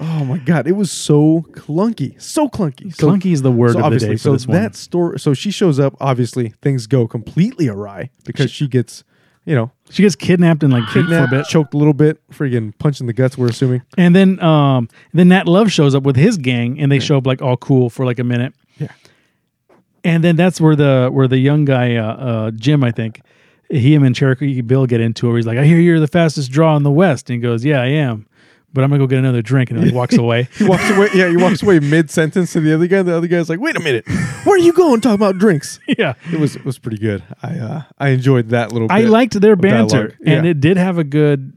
Speaker 3: Oh my god, it was so clunky, so clunky, so,
Speaker 1: clunky is the word
Speaker 3: So
Speaker 1: of the
Speaker 3: obviously,
Speaker 1: day for
Speaker 3: so
Speaker 1: this one.
Speaker 3: that story. So she shows up. Obviously, things go completely awry because she gets, you know,
Speaker 1: She gets kidnapped and like beat for a
Speaker 3: kidnapped,
Speaker 1: bit,
Speaker 3: choked a little bit, freaking punched in the guts. We're assuming.
Speaker 1: and then um then Nat Love shows up with his gang, and they show up like all cool for like a minute.
Speaker 3: Yeah.
Speaker 1: and then that's where the where the young guy uh, uh, Jim, I think, he him and Cherokee Bill get into it. Where he's like, "I hear you're the fastest draw in the West," and he goes, "Yeah, I am." but I'm gonna go get another drink. And then he walks away.
Speaker 3: He walks away. Yeah, he walks away mid sentence to the other guy. The other guy's like, "Wait a minute, where are you going? Talking about drinks."
Speaker 1: yeah.
Speaker 3: It was it was pretty good. I uh, I enjoyed that little. bit.
Speaker 1: I liked their banter,
Speaker 3: dialogue. Yeah.
Speaker 1: and it did have a good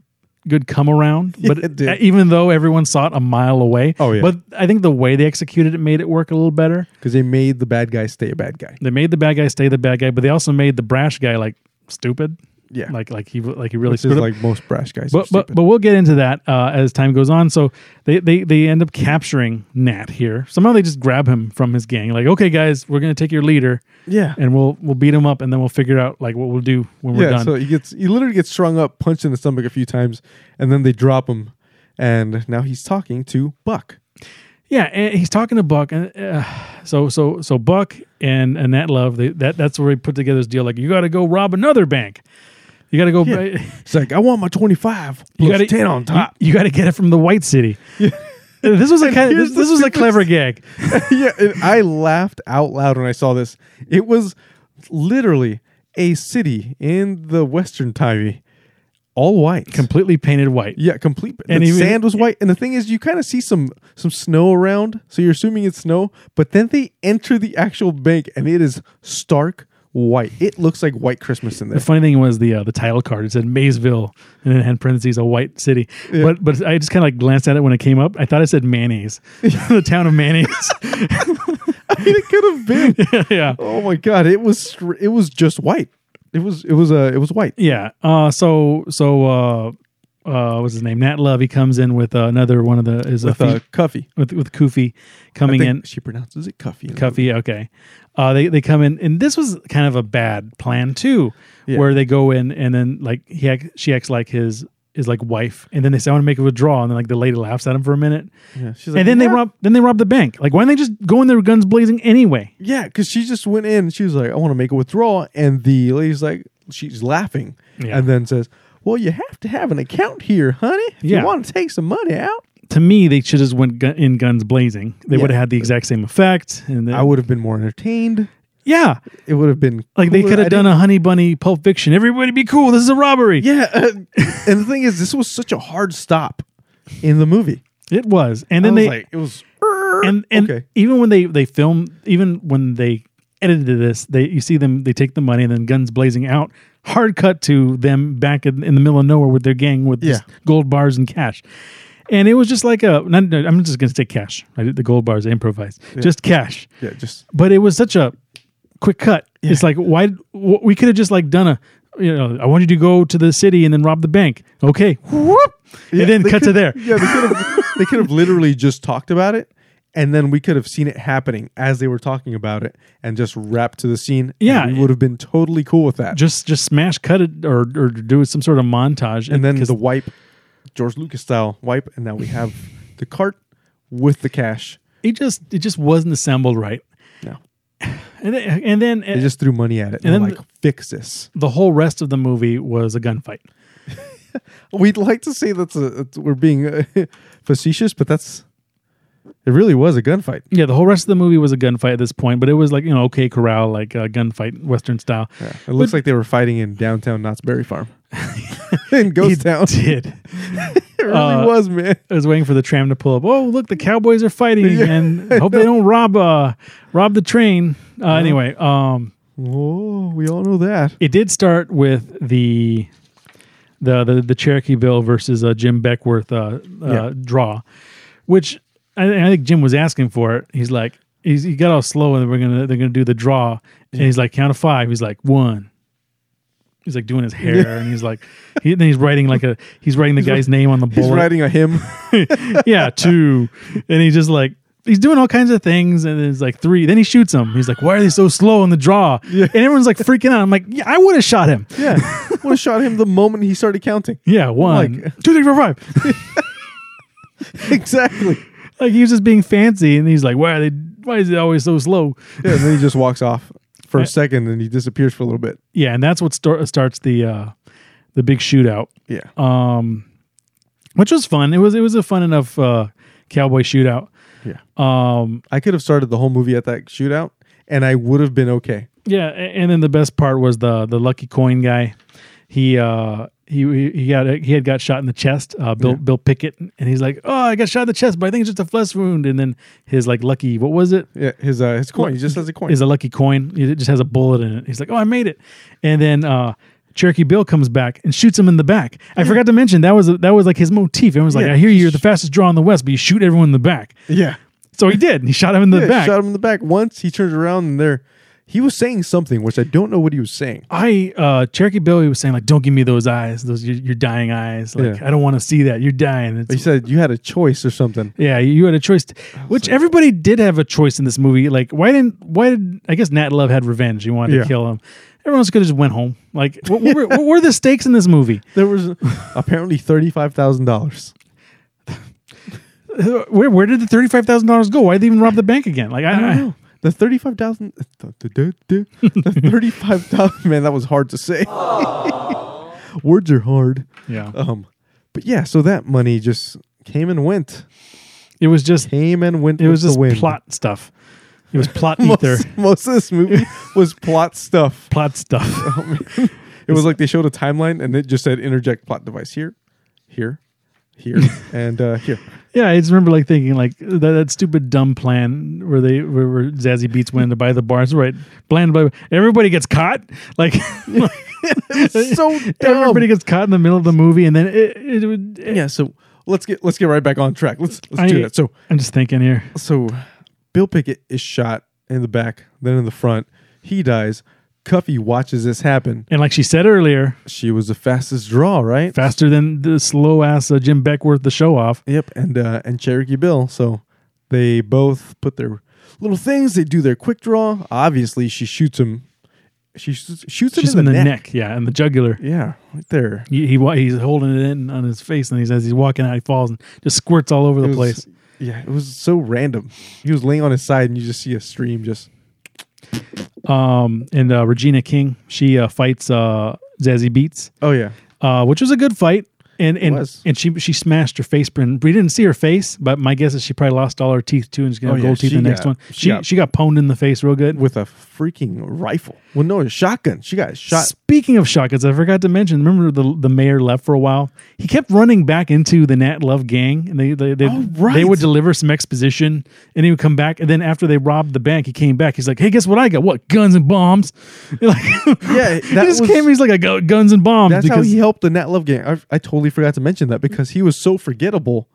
Speaker 1: good come around. But
Speaker 3: Yeah, it did.
Speaker 1: even though everyone saw it a mile away,
Speaker 3: Oh, yeah.
Speaker 1: But I think the way they executed it made it work a little better.
Speaker 3: because they made the bad guy stay a bad guy.
Speaker 1: They made the bad guy stay the bad guy, but they also made the brash guy like stupid.
Speaker 3: Yeah,
Speaker 1: Like like he like he really
Speaker 3: which is
Speaker 1: screwed up.
Speaker 3: like most brash guys.
Speaker 1: but,
Speaker 3: are
Speaker 1: but
Speaker 3: stupid.
Speaker 1: but we'll get into that uh, as time goes on. So they, they they end up capturing Nat here. Somehow they just grab him from his gang. Like, okay, guys, we're gonna take your leader
Speaker 3: yeah,
Speaker 1: and we'll we'll beat him up, and then we'll figure out like what we'll do when we're
Speaker 3: yeah.
Speaker 1: done.
Speaker 3: So he gets he literally gets strung up, punched in the stomach a few times, and then they drop him, and now he's talking to Buck.
Speaker 1: Yeah, and he's talking to Buck, and uh, so so so Buck and and that love they, that that's where he put together his deal. Like you got to go rob another bank. You got to go.
Speaker 3: Yeah. It's like I want my twenty five
Speaker 1: You got
Speaker 3: plus ten on top.
Speaker 1: You, got to get it from the White City. This was a kind of,
Speaker 3: here's
Speaker 1: this,
Speaker 3: the
Speaker 1: this was a clever gag.
Speaker 3: yeah, and I laughed out loud when I saw this. It was literally a city in the Western Timey, all white.
Speaker 1: Completely painted white.
Speaker 3: Yeah, complete.
Speaker 1: And
Speaker 3: And
Speaker 1: even-
Speaker 3: sand was white. And the thing is, you kind of see some some snow around, so you're assuming it's snow. But then they enter the actual bank, and it is stark white. It looks like white Christmas in
Speaker 1: The
Speaker 3: there.
Speaker 1: funny thing was the uh, the title card. It said Maysville, and then in parentheses a white city. But but I just kind of like glanced at it when it came up. I thought it said mayonnaise, the town of mayonnaise.
Speaker 3: I mean, it could have been.
Speaker 1: yeah,
Speaker 3: Oh my god! It was str- it was just white. It was it was uh it was white.
Speaker 1: Yeah. Uh, so so uh, uh, what's his name? Nat Love. He comes in with uh, another one of the is
Speaker 3: With
Speaker 1: a fe-
Speaker 3: uh, Cuffy.
Speaker 1: with with Koofy
Speaker 3: I
Speaker 1: coming
Speaker 3: think
Speaker 1: in.
Speaker 3: she pronounces it Cuffy.
Speaker 1: Cuffy. Okay. Uh, they they come in, and this was kind of a bad plan too,
Speaker 3: Yeah.
Speaker 1: where they go in and then like he act, she acts like his his like wife, and then they say I want to make a withdrawal, and then like the lady laughs at him for a minute,
Speaker 3: Yeah, she's
Speaker 1: and then they
Speaker 3: "What?"
Speaker 1: rob then they rob the bank. Like why don't they just go in there with guns blazing anyway?
Speaker 3: Yeah, because she just went in. She was like, "I want to make a withdrawal," and the lady's like, she's laughing,
Speaker 1: Yeah.
Speaker 3: and then says, "Well, you have to have an account here, honey. If
Speaker 1: Yeah.
Speaker 3: you want to take some money out."
Speaker 1: To me, they should have went gun, in guns blazing. They
Speaker 3: Yeah.
Speaker 1: would have had the exact same effect, and then,
Speaker 3: I would have been more entertained.
Speaker 1: yeah,
Speaker 3: It would have been
Speaker 1: Like they
Speaker 3: cooler.
Speaker 1: could
Speaker 3: I
Speaker 1: have done a Honey Bunny Pulp Fiction. Everybody be cool. This is a robbery.
Speaker 3: didn't- yeah, uh, and the thing is, this was such a hard stop in the movie.
Speaker 1: It was. And
Speaker 3: And
Speaker 1: then
Speaker 3: I was
Speaker 1: they
Speaker 3: like, it was
Speaker 1: and and
Speaker 3: okay.
Speaker 1: even when they they filmed, even when they edited this, they you see them they take the money and then guns blazing out. Hard cut to them back in, in the middle of nowhere with their gang with just
Speaker 3: Yeah.
Speaker 1: gold bars and cash. And it was just like a. Not, no, I'm just going to say cash. I did the gold bars. I improvised. Just cash.
Speaker 3: yeah, just
Speaker 1: but it was such a quick cut. It's like why wh- we could have just like done a you know I want you to go to the city and then rob the bank. Okay, whoop, and then
Speaker 3: they
Speaker 1: cut to
Speaker 3: could-
Speaker 1: there.
Speaker 3: Yeah, they could have they could have literally just talked about it, and then we could have seen it happening as they were talking about it, and just wrapped to the scene. and
Speaker 1: Yeah.
Speaker 3: we would have been totally cool with that.
Speaker 1: Just just smash cut it or or do some sort of montage
Speaker 3: and then
Speaker 1: 'cause
Speaker 3: the wipe, George Lucas style wipe, and now we have the cart with the cash.
Speaker 1: it just it just wasn't assembled right.
Speaker 3: No.
Speaker 1: And then, and then
Speaker 3: They just threw money at it
Speaker 1: And
Speaker 3: and,
Speaker 1: then
Speaker 3: like fix this.
Speaker 1: the whole rest of the movie was a gunfight.
Speaker 3: We'd like to say that's a it's- we're being uh, facetious, but that's it. Really was a gunfight.
Speaker 1: Yeah, the whole rest of the movie was a gunfight at this point, but it was like you know okay corral like uh, gunfight western style.
Speaker 3: It looks like they were fighting in downtown Knott's Berry Farm. in Ghost Town,
Speaker 1: It did.
Speaker 3: it really
Speaker 1: uh,
Speaker 3: was, man.
Speaker 1: I was waiting for the tram to pull up. Oh, look, the Cowboys are fighting,
Speaker 3: Yeah,
Speaker 1: and hope they don't rob uh rob the train. Uh, anyway, um,
Speaker 3: Oh, we all know that.
Speaker 1: it did start with the the the, the Cherokee Bill versus uh, Jim Beckworth uh, uh,
Speaker 3: Yeah.
Speaker 1: draw, which I, I think Jim was asking for it. He's like, he's, he got all slow, and we're gonna they're gonna do the draw, and he's like, count of five. He's like one. He's like doing his hair, and he's like, he, then he's writing like a he's writing the guy's name on the
Speaker 3: He's
Speaker 1: bullet
Speaker 3: writing a hymn.
Speaker 1: yeah, two. And he's just like, he's doing all kinds of things. And then it's like three. Then he shoots him. He's like, why are they so slow on the draw? And everyone's like freaking out. I'm like, yeah, I would have shot him.
Speaker 3: yeah, would have shot him the moment he started counting.
Speaker 1: Yeah, one,
Speaker 3: Like-
Speaker 1: two, three, four, five.
Speaker 3: exactly.
Speaker 1: like he was just being fancy. And he's like, why are they, why is it always so slow?
Speaker 3: Yeah, and then he just walks off for
Speaker 1: Uh,
Speaker 3: a second and he disappears for a little bit.
Speaker 1: Yeah. And that's what star- starts the, uh, the big shootout,
Speaker 3: Yeah.
Speaker 1: um, which was fun. It was, it was a fun enough, uh, cowboy shootout.
Speaker 3: Yeah.
Speaker 1: Um,
Speaker 3: I could have started the whole movie at that shootout and I would have been okay.
Speaker 1: Yeah, a- and then the best part was the the lucky coin guy. He uh he he he got he had got shot in the chest. Uh, Bill Bill Pickett, and he's like, "Oh, I got shot in the chest, but I think it's just a flesh wound." And then his like lucky, what was it?
Speaker 3: Yeah, his uh, his coin. He just has a coin.
Speaker 1: Is a lucky coin. It just has a bullet in it. He's like, "Oh, I made it." And then uh, Cherokee Bill comes back and shoots him in the back. I forgot to mention that was that was like his motif. Everyone's like,
Speaker 3: Yeah.
Speaker 1: "I hear you're the fastest draw in the West, but you shoot everyone in the back."
Speaker 3: yeah.
Speaker 1: So he did. And he shot him in the
Speaker 3: Yeah,
Speaker 1: back.
Speaker 3: Shot him in the back once. He turns around and there, he was saying something which I don't know what he was saying.
Speaker 1: I uh Cherokee Bill he was saying like, "Don't give me those eyes, those your, your dying eyes. Like,
Speaker 3: Yeah.
Speaker 1: I don't want to see that. You're dying." It's,
Speaker 3: He said you had a choice or something.
Speaker 1: Yeah, you had a choice, t- which everybody did have a choice in this movie. Like, why didn't? Why did? I guess Nat Love had revenge. He wanted
Speaker 3: Yeah.
Speaker 1: to kill him. Everyone else could have just went home. Like, what, what, were, what were the stakes in this movie?
Speaker 3: There was apparently thirty five thousand dollars.
Speaker 1: Where where did the thirty five thousand dollars go? Why did they even rob the bank again? Like, I,
Speaker 3: I
Speaker 1: I
Speaker 3: don't know. The thirty-five thousand, the thirty-five thousand. Man, that was hard to say. Words are hard.
Speaker 1: yeah,
Speaker 3: Um, but yeah, so that money just came and went,
Speaker 1: it was just
Speaker 3: came and went.
Speaker 1: it was
Speaker 3: with
Speaker 1: just
Speaker 3: the wind.
Speaker 1: plot stuff. It was plot
Speaker 3: Most,
Speaker 1: ether,
Speaker 3: most of this movie was plot stuff.
Speaker 1: plot stuff.
Speaker 3: It was like they showed a timeline and it just said interject plot device here, here, here, and uh, here.
Speaker 1: Yeah, I just remember like thinking like that, that stupid dumb plan where they where, where Zazie Beats went to buy the bars right. Bland, blah, blah. everybody gets caught. Like,
Speaker 3: So dumb.
Speaker 1: everybody gets caught in the middle of the movie, and then it, it, would. it-
Speaker 3: yeah. So let's get let's get right back on track. Let's let's
Speaker 1: I-
Speaker 3: do that. So
Speaker 1: I'm just thinking here.
Speaker 3: so Bill Pickett is shot in the back, then in the front. He dies. Cuffy watches this happen.
Speaker 1: And like she said earlier,
Speaker 3: She was the fastest draw, right?
Speaker 1: faster than the slow ass uh, Jim Beckworth, the show off.
Speaker 3: Yep, and uh, and Cherokee Bill. So they both put their little things. They do their quick draw. Obviously, she shoots him. She shoots, shoots him
Speaker 1: She's
Speaker 3: in the, neck.
Speaker 1: yeah, and the jugular.
Speaker 3: Yeah, right there.
Speaker 1: He, he wa- he's holding it in on his face, and he's as he's walking out, he falls and just squirts all over the
Speaker 3: It was-
Speaker 1: place.
Speaker 3: Yeah, it was so random. He was laying on his side, and you just see a stream. Just
Speaker 1: Um, and uh, Regina King, she uh, fights uh, Zazie Beats.
Speaker 3: oh yeah,
Speaker 1: uh, which was a good fight. And and,
Speaker 3: was.
Speaker 1: and she she smashed her face. print. We didn't see her face, but my guess is she probably lost all her teeth too, and she's gonna
Speaker 3: Oh,
Speaker 1: have
Speaker 3: yeah,
Speaker 1: gold teeth
Speaker 3: she
Speaker 1: in the next
Speaker 3: got-
Speaker 1: one.
Speaker 3: she
Speaker 1: She
Speaker 3: got-
Speaker 1: she got pwned in the face real good.
Speaker 3: with a freaking rifle. Well, no, a shotgun. She got shot.
Speaker 1: Speaking of shotguns, I forgot to mention. Remember the the mayor left for a while. He kept running back into the Nat Love gang, and they they they,
Speaker 3: Oh, right.
Speaker 1: they would deliver some exposition, and he would come back. And then after they robbed the bank, he came back. He's like, "Hey, guess what I got? What guns and bombs?" Like,
Speaker 3: Yeah,
Speaker 1: he
Speaker 3: that
Speaker 1: just
Speaker 3: was-
Speaker 1: came. He's like, "I got guns and bombs."
Speaker 3: That's how he helped the Nat Love gang. I, I totally forgot to mention that because he was so forgettable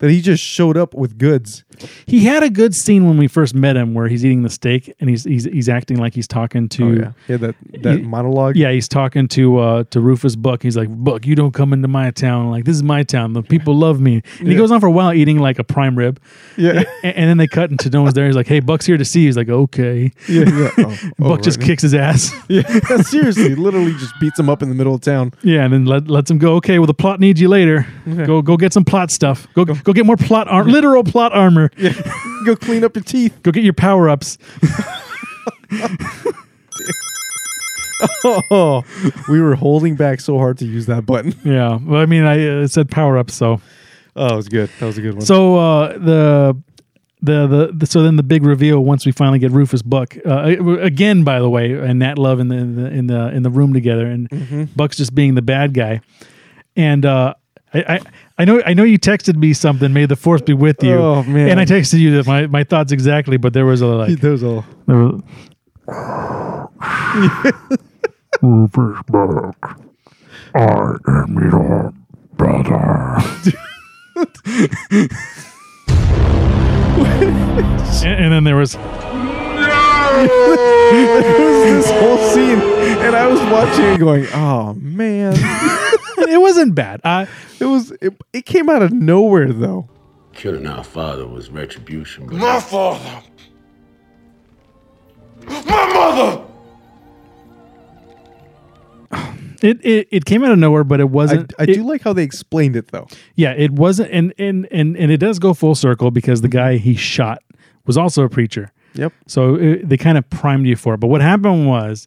Speaker 3: that he just showed up with goods.
Speaker 1: He had a good scene when we first met him, where he's eating the steak and he's he's, he's acting like he's talking to
Speaker 3: Oh yeah, yeah. That that
Speaker 1: He-
Speaker 3: monologue.
Speaker 1: Yeah, he's talking to uh, to Rufus Buck. He's like, Buck, you don't come into my town. Like this is my town. The people love me. And he
Speaker 3: Yeah.
Speaker 1: goes on for a while eating like a prime rib.
Speaker 3: Yeah.
Speaker 1: and, and then they cut and Tadone's there. He's like, Hey, Buck's here to see. you." He's like, Okay.
Speaker 3: yeah, yeah. Oh,
Speaker 1: Buck just kicks his ass.
Speaker 3: Yeah, seriously, literally just beats him up in the middle of town.
Speaker 1: yeah, and then let, lets him go. Okay, well the plot needs you later. Go go get some plot stuff. Go go, get more plot armor, literal plot armor.
Speaker 3: Go clean up your teeth.
Speaker 1: Go get your power ups.
Speaker 3: Oh, we were holding back so hard to use that button.
Speaker 1: Yeah, well, I mean, I uh, said power ups, so.
Speaker 3: Oh, it was good. That was a good one.
Speaker 1: So uh, the, the the the so then the big reveal once we finally get Rufus Buck uh, again. By the way, and Nat Love in the in the in the, in the room together, and
Speaker 3: Mm-hmm.
Speaker 1: Buck's just being the bad guy. And uh, I, I I know I know you texted me something. May the force be with you.
Speaker 3: Oh, man.
Speaker 1: And I texted you that my, my thoughts exactly, but there was a like
Speaker 3: There was a
Speaker 1: there was-
Speaker 4: Rufus Buck. I am your brother.
Speaker 1: and, and then there was
Speaker 3: this whole scene, and I was watching it going, "Oh man,
Speaker 1: it wasn't bad. Uh, I
Speaker 3: it was it, it came out of nowhere though."
Speaker 5: Killing our father was retribution. But
Speaker 6: My father. My mother.
Speaker 1: it, it it came out of nowhere, but it
Speaker 3: I,
Speaker 1: wasn't.
Speaker 3: I
Speaker 1: it-
Speaker 3: do like how they explained it though.
Speaker 1: Yeah, it wasn't, and and and and it does go full circle because the guy he shot was also a preacher.
Speaker 3: Yep.
Speaker 1: So it, they kind of primed you for it. But what happened was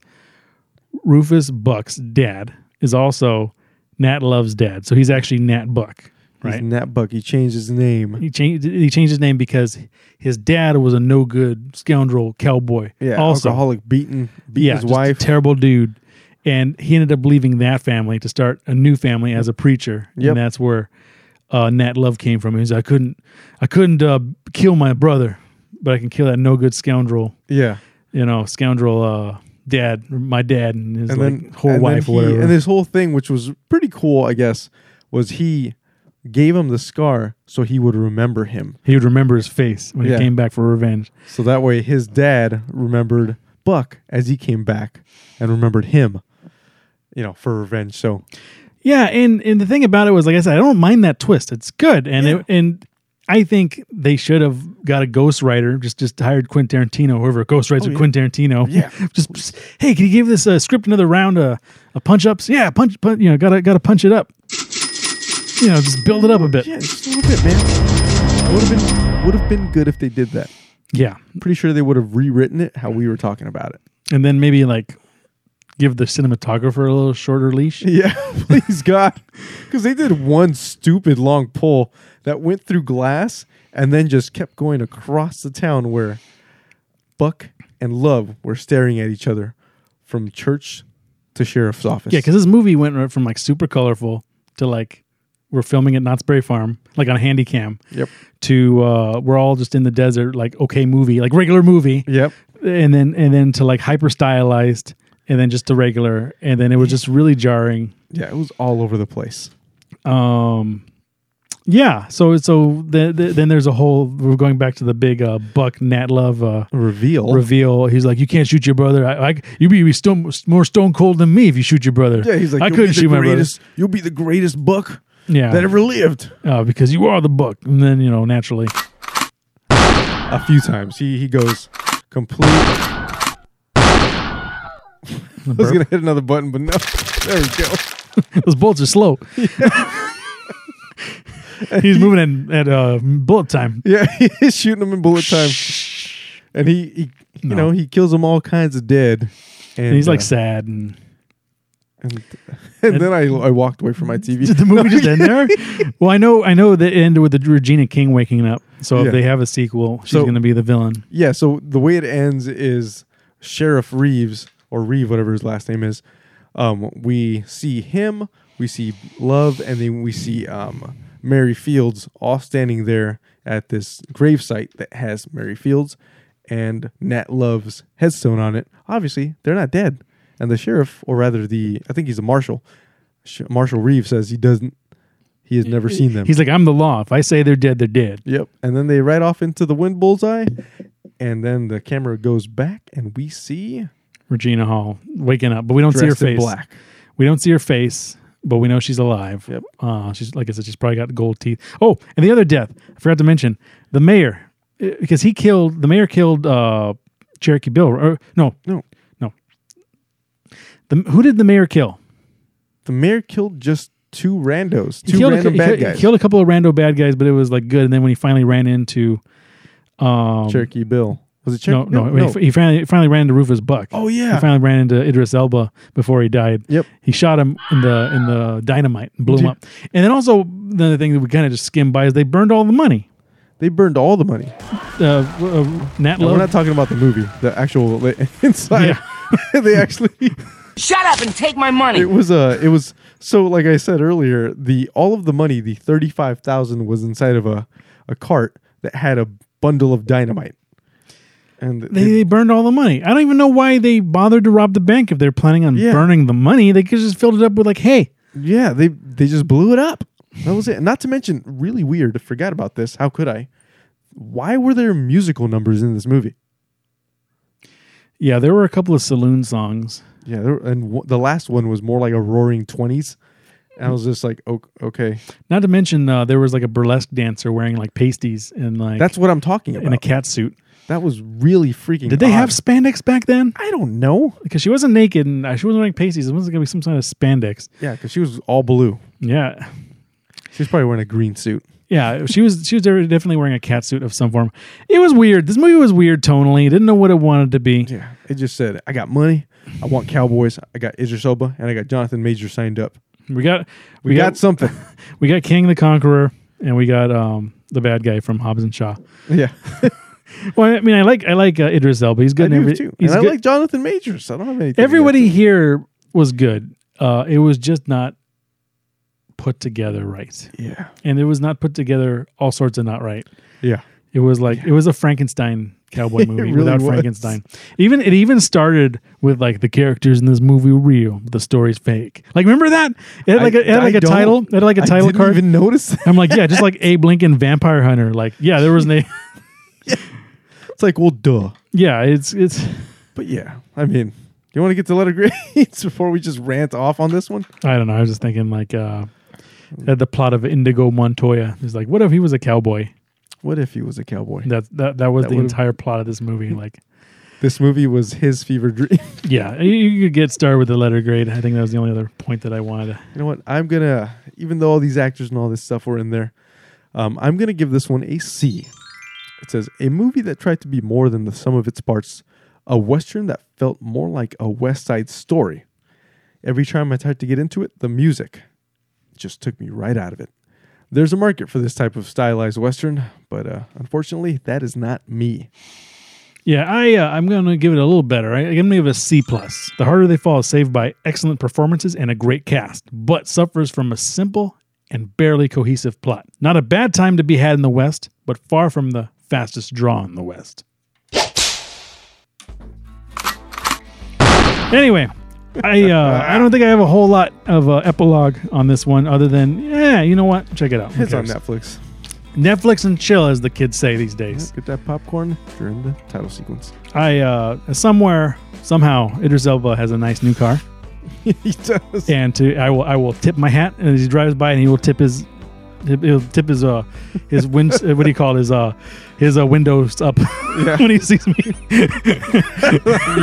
Speaker 1: Rufus Buck's dad is also Nat Love's dad, so he's actually Nat Buck,
Speaker 3: Right.
Speaker 1: right?
Speaker 3: Nat Buck. He changed his name.
Speaker 1: He changed he changed his name because his dad was a no good scoundrel cowboy.
Speaker 3: Yeah.
Speaker 1: also
Speaker 3: alcoholic, beaten, beat
Speaker 1: yeah,
Speaker 3: his
Speaker 1: just a
Speaker 3: wife.
Speaker 1: terrible dude. And he ended up leaving that family to start a new family as a preacher.
Speaker 3: Yep.
Speaker 1: And that's where uh, Nat Love came from. He was I couldn't I couldn't uh, kill my brother, but I can kill that no good scoundrel,
Speaker 3: Yeah.
Speaker 1: you know, scoundrel uh, dad, my dad and his
Speaker 3: and
Speaker 1: like
Speaker 3: then
Speaker 1: whole
Speaker 3: and
Speaker 1: wife
Speaker 3: then
Speaker 1: or
Speaker 3: he-
Speaker 1: whatever.
Speaker 3: And this whole thing, which was pretty cool, I guess, was he gave him the scar so he would remember him.
Speaker 1: he would remember his face when
Speaker 3: Yeah.
Speaker 1: he came back for revenge.
Speaker 3: So that way, his dad remembered Buck as he came back and remembered him. You know, for revenge. So
Speaker 1: Yeah, and and the thing about it was, like I said, I don't mind that twist. It's good, and it, and I think they should have got a ghostwriter, just just hired Quentin Tarantino, whoever
Speaker 3: Oh,
Speaker 1: ghostwrites or Quentin Tarantino. Yeah, just psst, hey, can you give this uh, script another round of uh, punch ups? Yeah, punch, punch, you know, gotta gotta punch it up. You know, just build it up a bit.
Speaker 3: yeah, just a little bit, man. Would have been would have been good if they did that.
Speaker 1: Yeah,
Speaker 3: Pretty sure they would have rewritten it how we were talking about it.
Speaker 1: and then maybe like give the cinematographer a little shorter leash.
Speaker 3: Yeah, please God, because they did one stupid long pull that went through glass and then just kept going across the town where Buck and Love were staring at each other from church to sheriff's office.
Speaker 1: Yeah, because this movie went right from like super colorful to like we're filming at Knott's Berry Farm, like on a handy cam.
Speaker 3: Yep.
Speaker 1: To uh, we're all just in the desert, like okay movie, like regular movie.
Speaker 3: Yep.
Speaker 1: And then and then to like hyper stylized, and then just to regular, and then it was just really jarring.
Speaker 3: Yeah, it was all over the place.
Speaker 1: Um, yeah. So so the, the, then there's a whole we're going back to the big uh, Buck Nat Love. Uh,
Speaker 3: Reveal.
Speaker 1: Reveal. He's like, you can't shoot your brother. I, I you'd be stone, more stone cold than me if you shoot your brother.
Speaker 2: Yeah, he's like,
Speaker 1: I
Speaker 2: "You'll
Speaker 1: couldn't
Speaker 2: be the
Speaker 1: shoot my brother.
Speaker 2: greatest, You'll be the greatest buck
Speaker 1: Yeah,
Speaker 2: that ever lived.
Speaker 1: uh, because you are the book. And then, you know, naturally,
Speaker 3: a few times. He he goes complete. I was gonna hit another button, but no. There we go.
Speaker 1: those bullets are slow. He's moving at, at uh, bullet time.
Speaker 3: Yeah, he's shooting them in bullet time, and he, he you
Speaker 1: No.
Speaker 3: know, he kills them all kinds of dead. And,
Speaker 1: And he's like
Speaker 3: uh,
Speaker 1: sad. And
Speaker 3: and, and then I, I walked away from my TV.
Speaker 1: did the movie just end there? Well, I know, I know that ended with the Regina King waking up. So
Speaker 3: Yeah.
Speaker 1: if they have a sequel, she's
Speaker 3: So-
Speaker 1: going to be the villain.
Speaker 3: Yeah, so the way it ends is Sheriff Reeves or Reeve, whatever his last name is. Um, we see him, we see Love, and then we see um, Mary Fields all standing there at this gravesite that has Mary Fields and Nat Love's headstone on it. Obviously, they're not dead, and the sheriff, or rather the, I think he's a marshal, Sh- Marshal Reeve says he doesn't, he has never seen them.
Speaker 1: He's like, I'm the law. If I say they're dead, they're dead.
Speaker 3: Yep. And then they ride off into the wind bullseye. And then the camera goes back and we see
Speaker 1: Regina Hall waking up, but we don't see her
Speaker 3: dressed in
Speaker 1: face.
Speaker 3: black.
Speaker 1: We don't see her face, but we know she's alive.
Speaker 3: Yep.
Speaker 1: Uh, she's like I said, she's probably got gold teeth. Oh, and the other death I forgot to mention the mayor eh, because he killed the mayor killed uh, Cherokee Bill. Or, no,
Speaker 3: No.
Speaker 1: no. The, who did the mayor kill?
Speaker 3: The mayor killed just two randos,
Speaker 1: He
Speaker 3: two
Speaker 1: killed a-
Speaker 3: random
Speaker 1: he
Speaker 3: bad
Speaker 1: ki-
Speaker 3: guys.
Speaker 1: He killed a couple of rando bad guys, but it was like good. And then when he finally ran into, um,
Speaker 3: Cherokee Bill. Was it
Speaker 1: no,
Speaker 3: Cherokee?
Speaker 1: no, He, he finally finally ran into Rufus Buck.
Speaker 2: Oh,
Speaker 1: He
Speaker 2: yeah.
Speaker 1: finally ran into Idris Elba before he died.
Speaker 3: Yep.
Speaker 1: He shot him in the in the dynamite and blew him
Speaker 3: Yeah.
Speaker 1: up. And then also the other thing that we kind of just skimmed by is they burned all the money.
Speaker 3: They burned all the money.
Speaker 1: Uh, w- uh, Nat
Speaker 3: And
Speaker 1: Love.
Speaker 3: we're not talking about the movie, the actual li- inside. they actually
Speaker 7: Shut up and take my money.
Speaker 3: it was a it was so like I said earlier, the all of the money, the 35,000 was inside of a a cart that had a bundle of dynamite. And
Speaker 1: they, they burned all the money. I don't even know why they bothered to rob the bank if they're planning on
Speaker 3: Yeah.
Speaker 1: burning the money. They could just filled it up with like, hey,
Speaker 3: Yeah, they they just blew it up. That was it. Not to mention, really weird. I forgot about this. How could I? Why were there musical numbers in this movie?
Speaker 1: yeah, there were a couple of saloon songs.
Speaker 3: Yeah, there, and w- the last one was more like a roaring twenties. And I was just like, oh, okay,
Speaker 1: Not to mention uh, there was like a burlesque dancer wearing like pasties and like
Speaker 3: that's what I'm talking
Speaker 1: in a
Speaker 3: about.
Speaker 1: cat suit.
Speaker 3: that was really freaking.
Speaker 1: Did they
Speaker 3: odd.
Speaker 1: have spandex back then?
Speaker 3: I don't know.
Speaker 1: Because she wasn't naked and uh, she wasn't wearing pasties. It was going to be some kind of spandex.
Speaker 3: Yeah, because she was all blue.
Speaker 1: Yeah.
Speaker 3: She's probably wearing a green suit.
Speaker 1: Yeah, she was she was definitely wearing a cat suit of some form. It was weird. This movie was weird tonally. Didn't know what it wanted to be.
Speaker 3: Yeah, it just said, I got money. I want cowboys. I got Idris Elba, and I got Jonathan Major signed up.
Speaker 1: We got we,
Speaker 3: We,
Speaker 1: got,
Speaker 3: got something.
Speaker 1: we got King the Conqueror and we got um the bad guy from Hobbs and Shaw.
Speaker 3: yeah,
Speaker 1: Well, I mean, I like I like uh, Idris Elba. He's
Speaker 3: I
Speaker 1: good in
Speaker 3: do
Speaker 1: every-
Speaker 3: too. And
Speaker 1: He's
Speaker 3: I
Speaker 1: good.
Speaker 3: like Jonathan Majors. I don't have anything. against
Speaker 1: Everybody here was good. Uh, it was just not put together right,
Speaker 3: Yeah.
Speaker 1: and it was not put together all sorts of not right.
Speaker 3: Yeah.
Speaker 1: It was like it was a Frankenstein cowboy movie
Speaker 3: really
Speaker 1: without
Speaker 3: was.
Speaker 1: Frankenstein. Even it even started with like the characters in this movie real, the story's fake. Like remember that? It had like a it had like a
Speaker 3: don't-
Speaker 1: title. It had like a
Speaker 3: I
Speaker 1: title
Speaker 3: didn't
Speaker 1: card.
Speaker 3: even notice. that.
Speaker 1: I'm like, yeah, just like Abe Lincoln Vampire Hunter. Like, yeah, there was a
Speaker 3: It's like, well, duh.
Speaker 1: yeah, it's it's
Speaker 3: But yeah, I mean, you want to get to letter grades before we just rant off on this one?
Speaker 1: I don't know. I was just thinking like uh at the plot of Indigo Montoya. It's like, what if he was a cowboy?
Speaker 3: What if he was a cowboy?
Speaker 1: That that that was
Speaker 3: That
Speaker 1: the
Speaker 3: would've-
Speaker 1: entire plot of this movie. Like,
Speaker 3: This movie was his fever dream.
Speaker 1: yeah, you, you could get started with the letter grade. I think that was the only other point that I wanted. to
Speaker 3: You know what? I'm gonna, even though all these actors and all this stuff were in there, um, I'm gonna give this one a C. It says a movie that tried to be more than the sum of its parts, a western that felt more like a West Side Story. Every time I tried to get into it, the music just took me right out of it. There's a market for this type of stylized western, but uh, unfortunately, that is not me.
Speaker 1: Yeah, I uh, I'm gonna give it a little better. I, I'm gonna give it a C plus. The harder they fall is saved by excellent performances and a great cast, but suffers from a simple and barely cohesive plot. Not a bad time to be had in the West, but far from the fastest draw in the West. Anyway, I uh, I don't think I have a whole lot of uh, epilogue on this one, other than yeah, you know what? Check it out. Who
Speaker 3: It's on
Speaker 1: cares?
Speaker 3: Netflix.
Speaker 1: Netflix and chill, as the kids say these days.
Speaker 3: Get that popcorn during the title sequence.
Speaker 1: I uh, somewhere somehow Idris Elba has a nice new car,
Speaker 3: he does.
Speaker 1: and to I will I will tip my hat and he drives by and he will tip his he'll tip his uh his wind uh, what do you call it? his uh his uh, windows up when he sees me,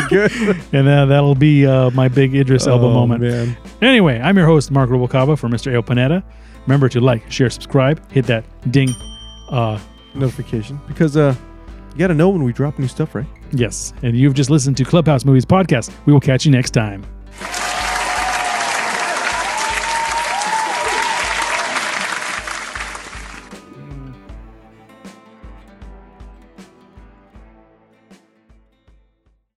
Speaker 3: good.
Speaker 1: and uh, that'll be uh, my big Idris Elba
Speaker 3: Oh,
Speaker 1: moment.
Speaker 3: man.
Speaker 1: Anyway, I'm your host Mark Rubalcaba for Mr. Ale Panetta. Remember to like, share, subscribe, hit that ding. Uh,
Speaker 3: notification because uh you gotta know when we drop new stuff right
Speaker 1: yes, and you've just listened to Clubhouse Movies podcast. We will catch you next time.